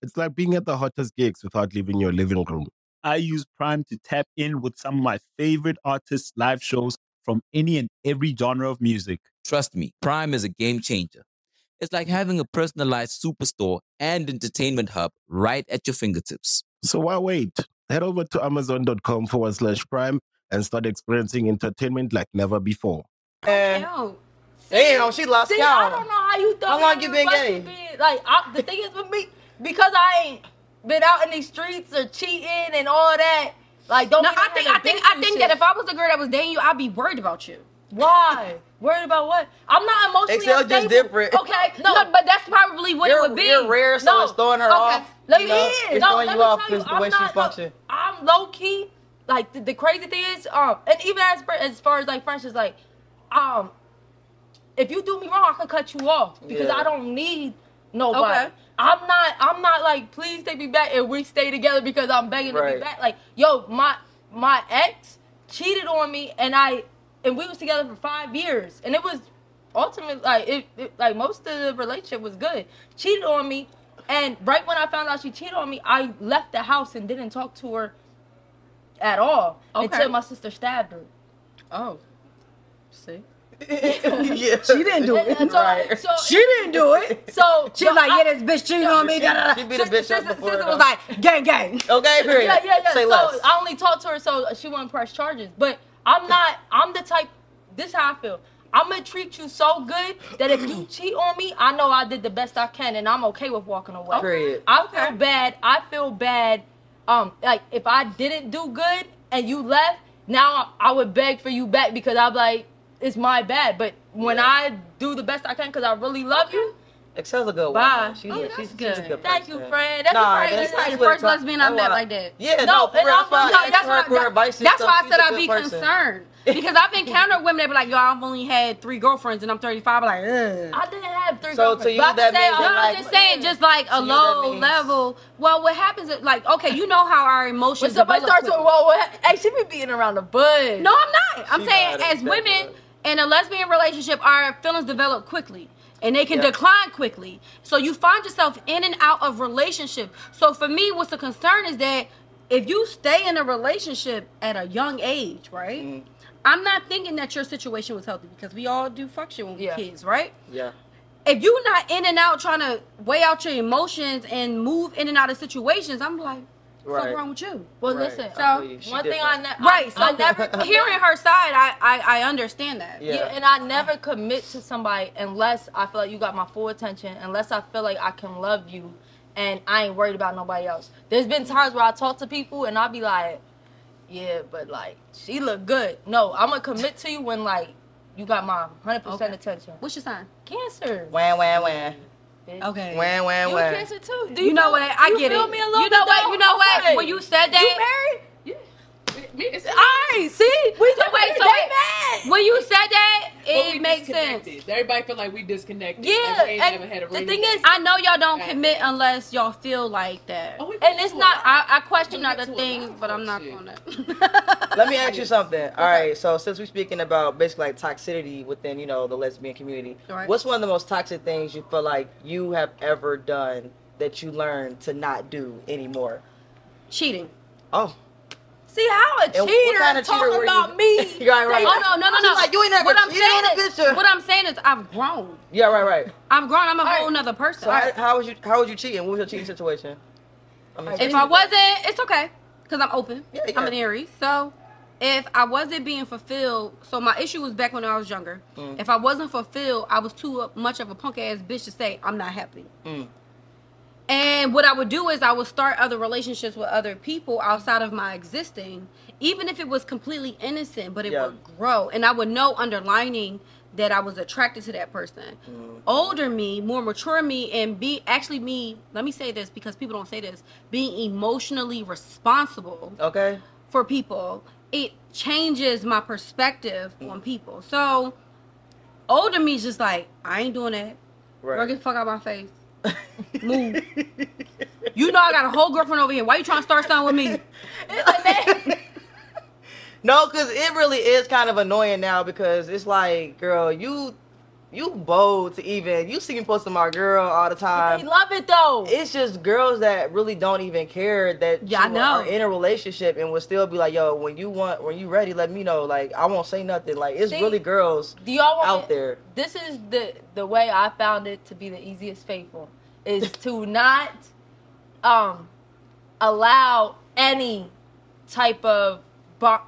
It's like being at the hottest gigs without leaving your living room.
I use Prime to tap in with some of my favorite artists' live shows from any and every genre of music.
Trust me, Prime is a game changer. It's like having a personalized superstore and entertainment hub right at your fingertips.
So why wait? Head over to amazon.com forward slash prime and start experiencing entertainment like never before.
Man,
No.
damn, she lost
See, I
count.
don't know how you
How
thought.
long you been gay?
like, I, the thing is with me, because I ain't been out in these streets or cheating and all that. Like, don't.
No,
mean
I think I
haven't
think
been
I
through
think
shit.
that if I was the girl that was dating you, I'd be worried about you.
why worried about what? I'm not emotionally
Excel just
unstable.
different.
Okay, no,
but that's probably what
You're-
it would be.
you're rare, so
No.
it's throwing her
Okay.
off.
Let
you
me
know?
in.
It's
No,
throwing
let
you
me
off
tell you,
because the
I'm
way
not,
she
no,
functions.
I'm low key. Like the, the crazy thing is, um, and even as far- as far as like friendships, like, um, if you do me wrong, I can cut you off because
Yeah.
I don't need nobody.
Okay.
I'm not. I'm not like please take me back and we stay together because I'm begging to
Right.
be back. Like yo, my my ex cheated on me and I and we was together for five years and it was ultimately like it, it like most of the relationship was good. Cheated on me and right when I found out she cheated on me, I left the house and didn't talk to her at all
Okay.
until my sister stabbed her.
Oh, see.
yeah.
She didn't do
And- and
it.
so, so,
She didn't do it.
so
She's
so
like,
I-
yeah, this bitch cheating on me.
She-
da, da, da.
she beat a
Sister-
bitch up
sister-
before,
Sister
though.
was like, gang, gang.
Okay, period.
yeah, yeah, yeah.
Say
so
less.
I only talked to her, so she wouldn't press charges. But I'm not. I'm the type. This how I feel. I'm gonna treat you so good that if you cheat on me, I know I did the best I can, and I'm okay with walking away.
Period.
I feel bad. I feel bad. Um, like if I didn't do good and you left, now I, I would beg for you back because I'm like, it's my bad. But when I do the best I can, because I really love you.
Excel's a good
Bye.
one. She's,
Oh,
she's, she's
that's
a
good.
good
Thank
person.
you, friend. That's
Nah,
right.
that's-
That's
that's
like
the
what
first
it's like.
lesbian I
That's
met
why-
like that.
Yeah,
No,
no, for
and
real.
I'm-
That's why
no,
I
that's
asked
why-
her for
that-
advice and
That's
stuff.
why I
She's
said
a
I'd
good
be
person.
concerned because I've encountered women that be like, "Yo, I've only had three girlfriends and I'm 35." I'm like, Ugh.
I didn't have three.
So to
girlfriends,
you,
but I
that
could say
means
I-
No,
that,
I'm
like-
just saying, just like a
So you know what that
low
means.
level. Well, what happens is, like, okay, you know how our
When
emotions.
somebody starts
develop
with,
quickly.
well, what, hey, she be beating around the bud.
No, I'm not. I'm
She
saying
got it. That's
as women
good.
in a lesbian relationship, our feelings develop quickly and they can
Yeah.
decline quickly. So you find yourself in and out of relationship. So for me, what's the concern is that if you stay in a relationship at a young age, right?
Mm-hmm.
I'm not thinking that your situation was healthy because we all do fuck shit when we
Yeah.
kids, right?
Yeah.
If you not in and out trying to weigh out your emotions and move in and out of situations, I'm like, what's
Right.
wrong with you?
Well,
Right.
listen.
I
so,
feel you. She
one thing I,
different.
ne- I-
Right. So
I never
hearing her side, I I, I understand that.
Yeah.
Yeah. and I never commit to somebody unless I feel like you got my full attention, unless I feel like I can love you, and I ain't worried about nobody else. There's been times where I talk to people and I be like, yeah, but like she look good. No, I'm gonna commit to you when like you got my 100 percent
Okay.
attention.
What's your sign?
Cancer.
Wham, wham, wham.
bitch.
Okay.
Wham, wham,
You a
wham.
cancer too. Do
you, know
feel-
what? I
you
get
feel
it.
Me a little
you know
bit,
what?
though?
You know what?
Okay.
When you said that,
You married?
All
All right, see?
We so wait, so wait. When you said that,
But we
it makes sense.
disconnected. Everybody feel like we disconnected.
Yeah,
Like we ain't
and
never had a
the
real-
thing is,
I know y'all don't
Right.
commit unless y'all feel like that.
Oh, we
and
get
it's
to
not-
a lot.
I, I question
We get
other
to a lot
things,
of
but I'm not
shit.
gonna.
Let me ask you something. All right, so since we're speaking about basically like toxicity within, you know, the lesbian community,
Right.
what's one of the most toxic things you feel like you have ever done that you learned to not do anymore?
Cheating.
Oh,
See how a cheater
and what kind of cheater
talking
were
about
you?
me?
right, right.
Oh no, no, no,
She's
no.
like, you ain't never
what I'm
cheated on
saying
a
is,
bitch.
what I'm saying is, I've grown.
Yeah, right, right.
I'm grown. I'm a
right.
whole nother person.
So how, how was you? How was you cheating? What was your cheating situation? I mean,
If I wasn't, it's okay because I'm open.
Yeah, yeah.
I'm an Aries, so if I wasn't being fulfilled, so my issue was back when I was younger.
Mm.
If I wasn't fulfilled, I was too much of a punk ass bitch to say I'm not happy.
Mm.
And what I would do is I would start other relationships with other people outside of my existing, even if it was completely innocent, but it
Yeah.
would grow. And I would know underlining that I was attracted to that person. Older me, more mature me, and be actually me, let me say this because people don't say this, being emotionally responsible
okay.
for people, it changes my perspective on people. So older me's just like, I ain't doing that.
Right.
Girl, get the fuck out of my face. Move. you know I got a whole girlfriend over here. Why you trying to start something with me?
No, because it really is kind of annoying now because it's like, girl, you you bold to even you see me posting my girl all the
They
time.
love it though.
It's just girls that really don't even care that
Yeah, I
you
know.
are in a relationship and will still be like, yo, when you want when you ready, let me know. Like I won't say nothing. Like it's
See?
really girls
Do y'all want
out
me-
there.
This is the the way I found it to be the easiest faithful is to not um allow any type of bo-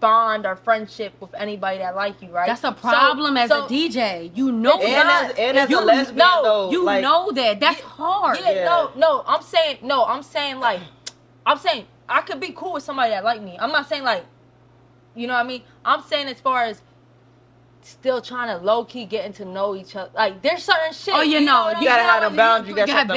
bond or friendship with anybody that like you, right?
That's a
So-
problem as
so-
a DJ. You know
And
that.
as, and as
you
a lesbian
know-
though,
you
like,
know that. That's hard.
Yeah,
Yeah.
no, no. I'm saying no. I'm saying like, I'm saying I could be cool with somebody that like me. I'm not saying like, you know what I mean. I'm saying as far as still trying to low key getting to know each other. Like there's certain shit.
Oh, you know,
what I
you gotta
mean?
have them boundaries. You
you
gotta
got
set them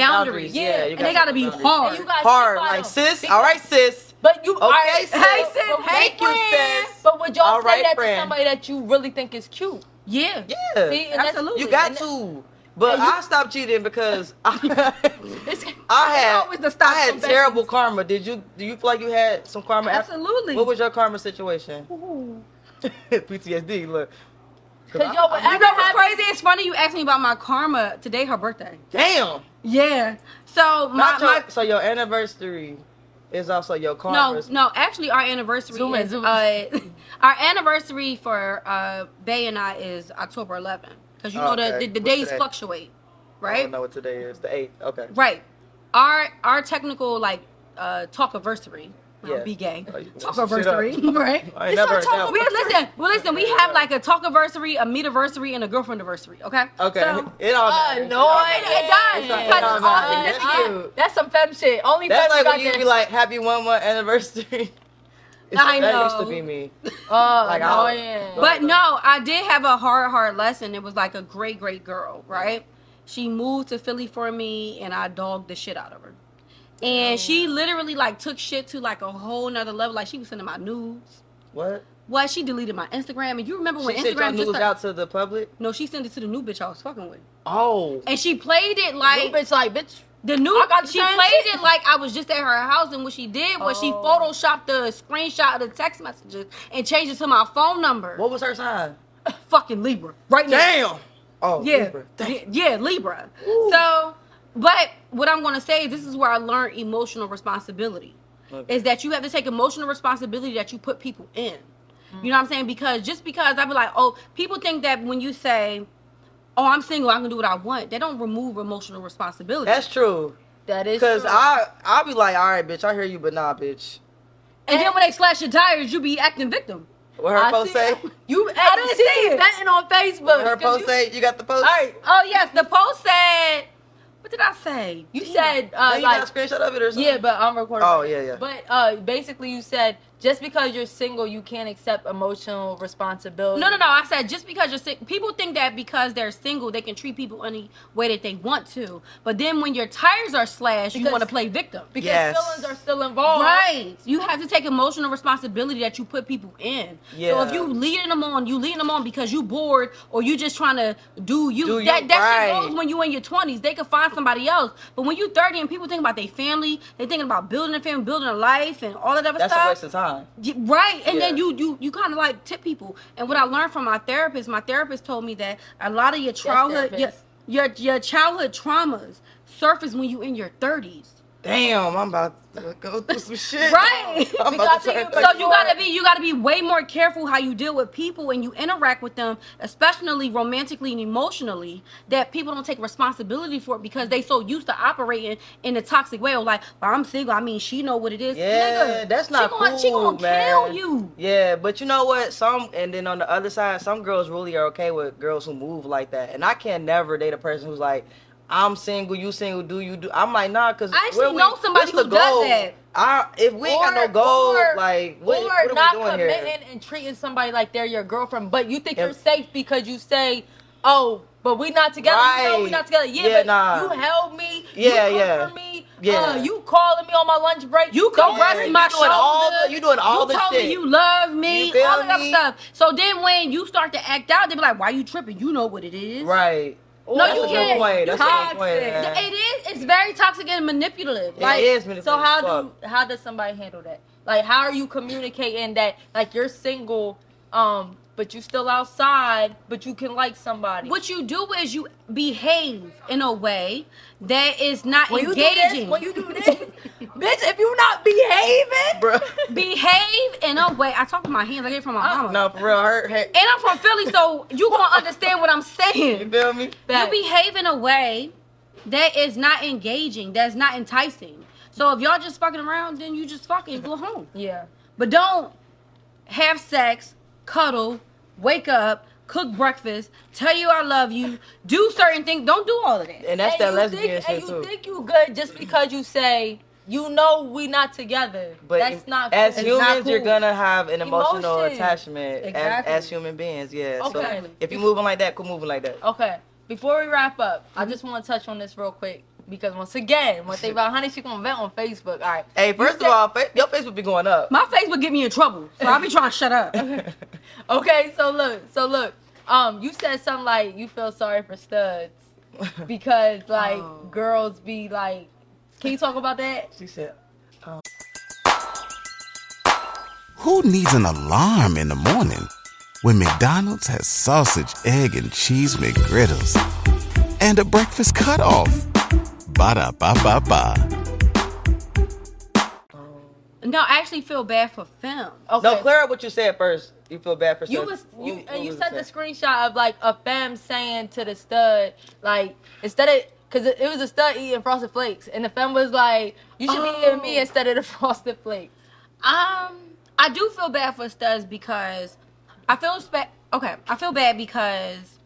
boundaries.
boundaries,
yeah.
Yeah, you
And
they
set
gotta
them
be
boundaries.
hard.
And you gotta
Hard,
stick by
like
them.
sis.
Because-
All right, sis.
But you,
Okay,
alright,
sis.
so-
Hey, sis.
okay,
Thank you,
friend.
sis.
But would y'all
All
say
right,
that
friend.
to somebody that you really think is cute?
Yeah.
Yeah.
See, and
Absolutely.
You got
and
to. But
and you-
I stopped cheating because I,
It's,
I had
always the stop
I had
confessions.
terrible karma. Did you do you feel like you had some karma? after-
Absolutely.
What was your karma situation? PTSD. Look. 'Cause
Because
I-
yo,
I-
whatever
You know what's
happened-
crazy? It's funny you asked me about my karma. Today, her birthday.
damn.
Yeah. So my,
Not your,
my
so your anniversary It's also your car.
No,
versus-
no. Actually, our anniversary
Zoom in,
is
zoom in.
uh, our anniversary for uh, Bay and I is October 11th because you
Oh,
know
okay.
the, the the
What's
days
today?
fluctuate,
I
right?
don't know what today is. The eighth. Okay.
Right. Our our technical like uh talkiversary.
Yeah.
Yeah. Be gay.
Oh, you-
Talkiversary,
shut up.
right?
I ain't never heard that
we
one.
listen. Well, listen. We have like a talkiversary, a meetiversary, and a girlfriendversary. Okay.
Okay.
So, uh,
it all matters.
Annoying. It
does,
It's not- it
because
all
it's all
matters.
significant.
That's cute.
That's some femme shit. Only
That's
femmes
like when
got
you
this.
be like, happy one month anniversary. It's-
I
That used to
know.
be me.
oh,
like, I don't-
annoying.
But no, I did have a hard, hard lesson. It was like a great, great girl, right? She moved to Philly for me, and I dogged the shit out of her. And she literally like took shit to like a whole nother level. Like she was sending my nudes.
What?
What? She deleted my Instagram, and you remember when
She sent your
Instagram
news
just
out to the public?
no, she sent it to the new bitch I was fucking with,
Oh.
and she played it like
It's like, bitch.
the new.
I got the
she
same
played
shit.
it like I was just at her house, and what she did was she
Oh.
photoshopped the screenshot of the text messages and changed it to my phone number.
What was her sign?
fucking Libra, right now.
Damn. Oh,
Yeah,
Libra.
yeah, yeah, Libra. So, but what I'm gonna say, this is where I learned emotional responsibility, is that you have to take emotional responsibility that you put people in.
Mm.
You know what I'm saying? Because just because I be like, oh, people think that when you say, oh, I'm single, I can do what I want, they don't remove emotional responsibility.
That's true.
That is
Cause
true.
I I'll be like, all right, bitch, I hear you, but nah, bitch.
and then when they slash your tires, you be acting victim.
What her
I
post
see-
say?
You
I didn't
see
see
you
it.
betting on Facebook.
What her
'cause
post
you,
say? You got the post?
All right.
Oh yes, the post said. What did I say?
You
Damn.
said uh,
Then you
like
got a screenshot of it or something?
Yeah, but I'm recording.
Oh, yeah, yeah.
But uh, basically, you said just because you're single, you can't accept emotional responsibility.
No, no, no. I said just because you're sick, people think that because they're single, they can treat people any way that they want to. But then when your tires are slashed, you
Because-
want to play victim.
Because Oh.
Yes.
feelings are still involved.
Right. You have to take emotional responsibility that you put people in. So
Yeah.
if you leading them on, you leading them on because you bored or you just trying to do you.
Do you-
that that
right.
shit goes when you in your twenties. They could find somebody else. But when you thirty and people think about their family, they thinking about building a family, building a life, and all that other
That's
stuff.
a waste of time.
Ye- right and then
Yeah.
you you you kind of like tip people and what i learned from my therapist my therapist told me that a lot of your childhood your,
therapist.
your your childhood traumas surface when you in your 30s
Damn, I'm about to go through some shit.
right
I'm about
Because
to turn
you-
so you gotta
Right.
be you gotta be way more careful how you deal with people and you interact with them especially romantically and emotionally that people don't take responsibility for it because they so used to operating in a toxic way of like well, i'm single i mean she know what it is
Yeah,
Nigga,
that's not
she gonna,
cool,
she gonna
man.
kill you
Yeah, but you know what? Some and then on the other side, some girls really are okay with girls who move like that. And I can never date a person who's like, "I'm single, you single, do you do?" I'm like, nah, because
I actually know somebody who does that.
I, if we ain't got no
Or-
goal,
or-
like what,
or
what are
not
we doing
committing
here?
and treating somebody like they're your girlfriend, but you think
Yeah.
you're safe because you say, "Oh, but we not together. You know we
Right.
not together. Yeah,
Yeah,
but
nah.
you held me.
Yeah,
you cooked
yeah.
for me.
Yeah.
Uh, you calling me on my lunch break.
You
Don't
cooked
worry,
for
you
my
doing all
shoulder.
the-
You doing all
you
the
told
shit.
me you love me,
You feel
all that
me?
stuff. So then when you start to act out, they be like, "Why you tripping? You know what it is."
Right.
No,
That's
you
a good
can't.
point.
You
That's a good
toxic.
point, man.
It is. It's very toxic and manipulative.
It
like
is manipulative
So how
as fuck.
do how does somebody handle that? Like how are you communicating that like you're single, um, but you still outside, but you can like somebody.
what you do is you behave in a way that is not
when you do
engaging.
this, when you do this, bitch, if you're not behaving,
Bruh.
behave in a way. I talk with my hands. I get it from my mama.
Uh, no, for real. Her, her,
And I'm from Philly, so you gonna understand what I'm saying.
you feel me?
Facts.
You behave in a way that is not engaging, that's not enticing. So if y'all just fucking around, then you just fucking go home.
yeah,
But don't have sex, cuddle, wake up, cook breakfast, tell you I love you, do certain things. Don't do all of that.
And that's
and
that
you
lesbian
think,
shit
and you
too.
think you good just because you say you know we not together.
But
that's not
as
cool.
you-
humans,
not
you're
cool.
gonna have an emotional
Emotion.
attachment
Exactly.
as, as human beings. Yeah.
Okay.
So if you're moving like that, quit moving like that.
Okay. Before we wrap up, I just want to touch on this real quick because once again, one thing about honey, she gonna vent on Facebook. All right.
Hey,
You
first
said-
of all, fa- your Facebook be going up.
My face would get me in trouble, so I'll be trying to shut up.
Okay, so look, so look. Um, you said something like you feel sorry for studs because like
Oh.
girls be like. Can you talk about that?
she said,
Who needs an alarm in the morning when McDonald's has sausage, egg, and cheese McGriddles and a breakfast cutoff? Ba da ba ba ba.
No, I actually feel bad for film.
Okay.
No, clear up what you said first. You feel bad for
You
Seth.
was
What-
you
what
and you
was
sent the
it?
screenshot of like a fam saying to the stud like instead of because it, it was a stud eating frosted flakes and the fam was like you should be eating me
Oh.
instead of the frosted flakes.
Um, I do feel bad for Studs because I feel spe- okay. I feel bad because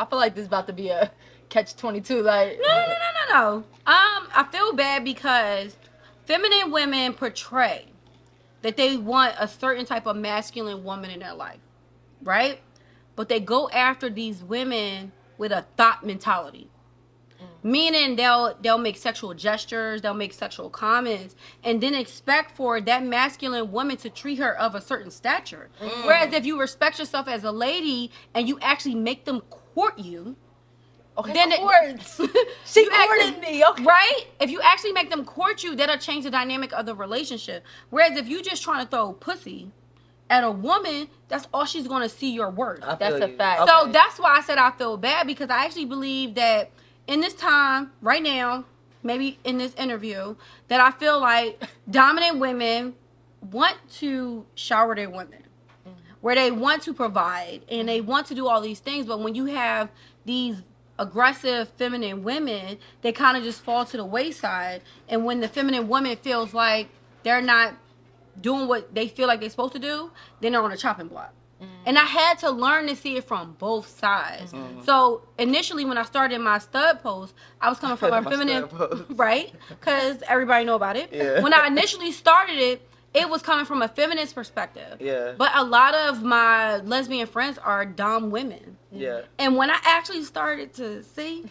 I feel like this is about to be a catch twenty two. Like
no, no, no, no, no, no. Um, I feel bad because feminine women portray that they want a certain type of masculine woman in their life, right? But they go after these women with a thought mentality. Meaning they'll they'll make sexual gestures, they'll make sexual comments, and then expect for that masculine woman to treat her of a certain stature. Whereas if you respect yourself as a lady and you actually make them court you,
okay,
then
then
it-
cords. she
You actually-
courted me. Okay.
right? If you actually make them court you, that'll change the dynamic of the relationship. Whereas if you just trying to throw pussy at a woman, that's all she's gonna see your worth.
I
That's
feel
a
you.
fact.
Okay.
So that's why I said I feel bad because I actually believe that in this time, right now, maybe in this interview, that I feel like dominant women want to shower their women, where they want to provide and they want to do all these things. But when you have these aggressive feminine women, they kind of just fall to the wayside. And when the feminine woman feels like they're not doing what they feel like they're supposed to do, then they're on a chopping block.
Mm.
And I had to learn to see it from both sides.
Mm-hmm.
So initially, when I started my stud post, I was coming from a
My
feminine,
stud post.
right? Because everybody know about it.
Yeah.
When I initially started it, it was coming from a feminist perspective.
Yeah.
But a lot of my lesbian friends are dumb women.
Yeah.
And when I actually started to see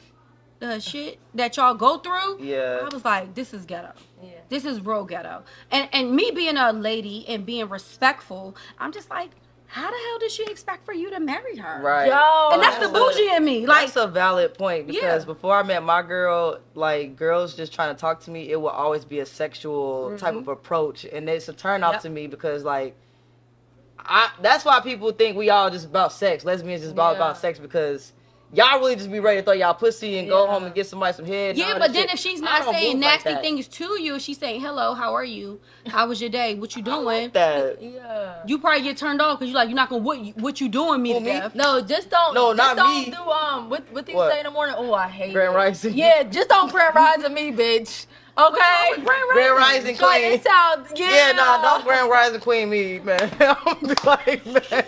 the shit that y'all go through,
Yeah.
I was like, this is ghetto.
Yeah.
This is real ghetto. And and me being a lady and being respectful, I'm just like, how the hell does she expect for you to marry her?
Right.
Yo,
And that's the
That's
bougie in me. Like
That's a valid point because
Yeah.
before I met my girl, like girls just trying to talk to me, it will always be a sexual type of approach, and it's a turn off
Mm-hmm. Yep.
to me because like, I that's why people think we all just about sex. Lesbians just all about
Yeah.
sex because y'all really just be ready to throw y'all pussy and go
Yeah.
home and get somebody some head. and
Yeah,
all
but
that
then
shit.
if she's
I
not
don't
saying
move like
nasty
that.
things to you, she's saying, "Hello, how are you? How was your day? What you doing?"
that
yeah.
You probably get turned off because you're like, "You're not gonna what you, what you doing me
Who,
to
me?
death."
No, just don't.
No,
just
not
don't
me.
Do um, what what do you
What?
say in the morning? Oh, I hate
Grand
it.
Rising.
Yeah, just don't grand rising me, bitch. Okay, grand
Grand Rising
Like,
Queen.
it sound, yeah.
Yeah, no, nah, don't grand rising queen me, man. I'm like, man.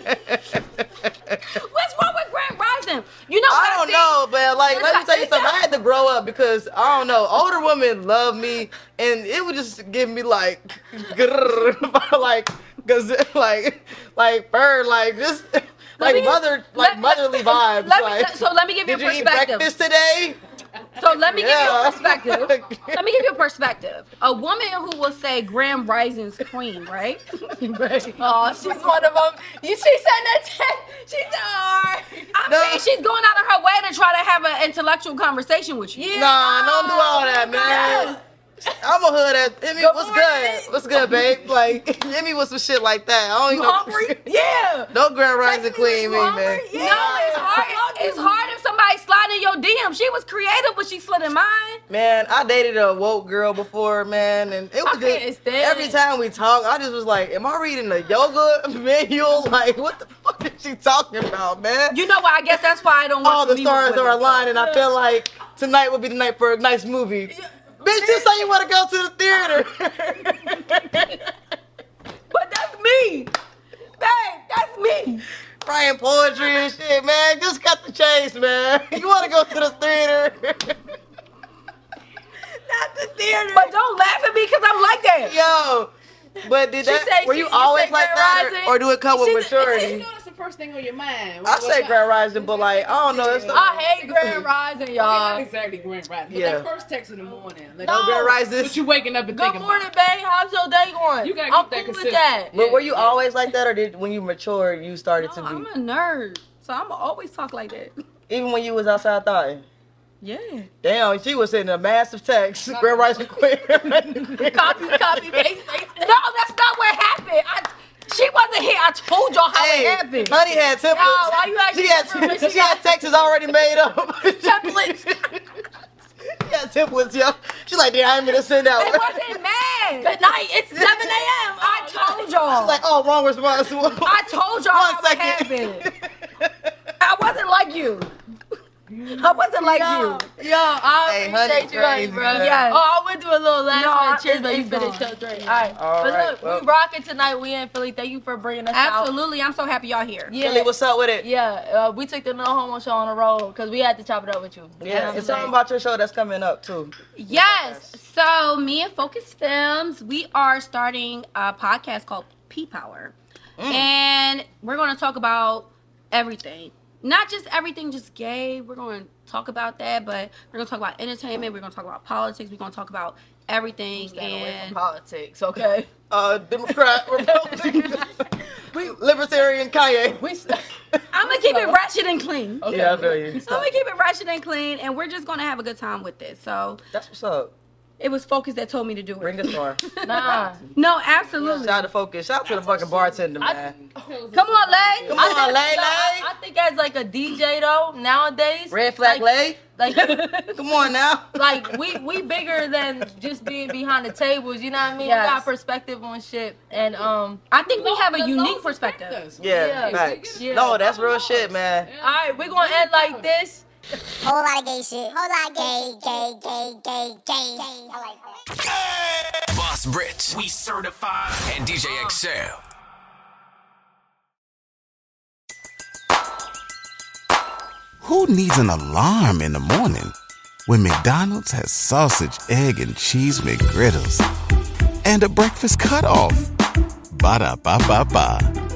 What's wrong with Grand Rising? You know, what
I don't
see?
know, but like, let me
Listen,
tell you
listen.
something. I had to grow up because I don't know. Older women love me, and it would just give me like, grrr, like, cause like, like bird, like just like
me-
mother,
let-
like motherly vibes.
let me-
like,
so let me give you
did you eat
perspective.
breakfast today?
So let me
Yeah.
give you a perspective. let me give you a perspective. A woman who will say Grand Rising's queen, right?
Oh, she's one of them. You, she said that. She said, "Oh,
I
No.
mean, she's going out of her way to try to have an intellectual conversation with you.
Nah, don't do all that, man. I'm a hood ass. Emmy, what's
morning.
good? What's good, babe? Like, Emmy was some shit like that. I don't even
you
know.
hungry? Yeah."
Don't grand rising
Text
queen me,
hungry?
man.
Yeah.
No, it's hard. It's hard if somebody slid in your DM. She was creative, but she slid in mine.
Man, I dated a woke girl before, man, and it was
can't
just
stand
every
it.
time we talk, I just was like, "Am I reading a yoga manual? Like, what the fuck is she talking about, man?"
You know what? I guess that's why I don't want
All
to
the
leave with
stars
women,
are
so.
aligned, and I feel like tonight would be the night for a nice movie. Bitch, just say you want to go to the theater.
But that's me. Babe, that's me.
Writing poetry and shit, man. Just cut the chase, man. You want to go to the theater?
Not the theater. But don't laugh at me because I'm like that.
Yo, but did
She
that?
said-
were
she-
you
she
always
said
like
Grand
that,
Rising.
or, or do it come with
She said-
You
maturity?
know that's the first thing on your mind.
I say
What's
Grand
up?
Rising, but like I don't know. It's the,
I hate Grand Rising,
Not
y'all.
exactly Grand Rising. But
Yeah.
that first text in the morning. Like,
no Grand
What
Rises.
you waking up and
Good
thinking
morning,
about?
babe. How's your day going?
You gotta
I'm
keep that
cool with
consistent.
that.
But were you
Yeah.
always like that, or did when you matured you started
No,
to
I'm
be?
a nerd, so I'm always talk like that.
Even when you was outside thoughting.
Yeah.
Damn, she was sending a massive text. Grand Rising Queen.
Copy, copy, paste, paste. No, that's not what happened. I, she wasn't here. I told y'all how
Hey,
it happened.
honey had templates.
Y'all, why you
she
acting
had
different when she
she had
got-
texts already made up.
Templates.
She yes, it was yo. She's like, damn, I ain't gonna send out.
It wasn't mad.
Good night. It's 7 a.m.
I told
She's
y'all.
like, oh, wrong response.
I told y'all
One
what happened. I wasn't like you. I wasn't like you.
Yo, I
Hey, honey,
appreciate you, honey,
crazy,
bro.
girl.
Yes.
Oh, I went to a
No,
little last minute
it's-
cheers, but you
it's
finished your drink. All right.
All
but
right,
look,
well-
we rocking tonight. We in Philly. Thank you for bringing us out.
Absolutely. I'm so happy y'all here.
Yeah.
Kelly, what's up with it?
Yeah, uh, we took the no homo show on the road because we had to chop it up with you. You know what
Yeah,
I'm
it's
saying?
something about your show that's coming up too.
Yes. So me and Focus Films, we are starting a podcast called P Power, and we're going to talk about everything. Not just everything, just gay. We're going to talk about that, but we're going to talk about entertainment. We're going to talk about politics. We're going to talk about everything.
Staying away from
And
politics, okay?
Uh, Democrat, Republican, Libertarian, Kanye.
We s-
I'm gonna keep it ratchet and clean.
Okay.
Yeah, I feel you.
I'm gonna keep it ratchet and clean, and we're just gonna have a good time with this. So
That's what's up.
it was Focus that told me to do it.
Bring us on.
nah.
no, absolutely.
Shout out to Focus. Shout out to the fucking bartender, man.
Come on, Lay.
Come on, Lay
think- no, I,
Lay.
I think as like a DJ though nowadays.
Red flag
like,
lay.
Like
Come on now.
like we we bigger than just being behind the tables. You know what I mean?
Yes.
We got perspective on shit, and um.
I think we have a
The
unique
laws affect
perspective.
us.
Yeah,
Yeah.
facts.
Yeah.
No, that's real shit, man.
All right, we're gonna end like this.
Whole lot of gay shit. Whole lot of gay, gay, gay, gay, gay. I like that.
Boss Brit, we certified, and DJ XL.
Who needs an alarm in the morning when McDonald's has sausage, egg, and cheese McGriddles and a breakfast cutoff? Ba da ba ba ba.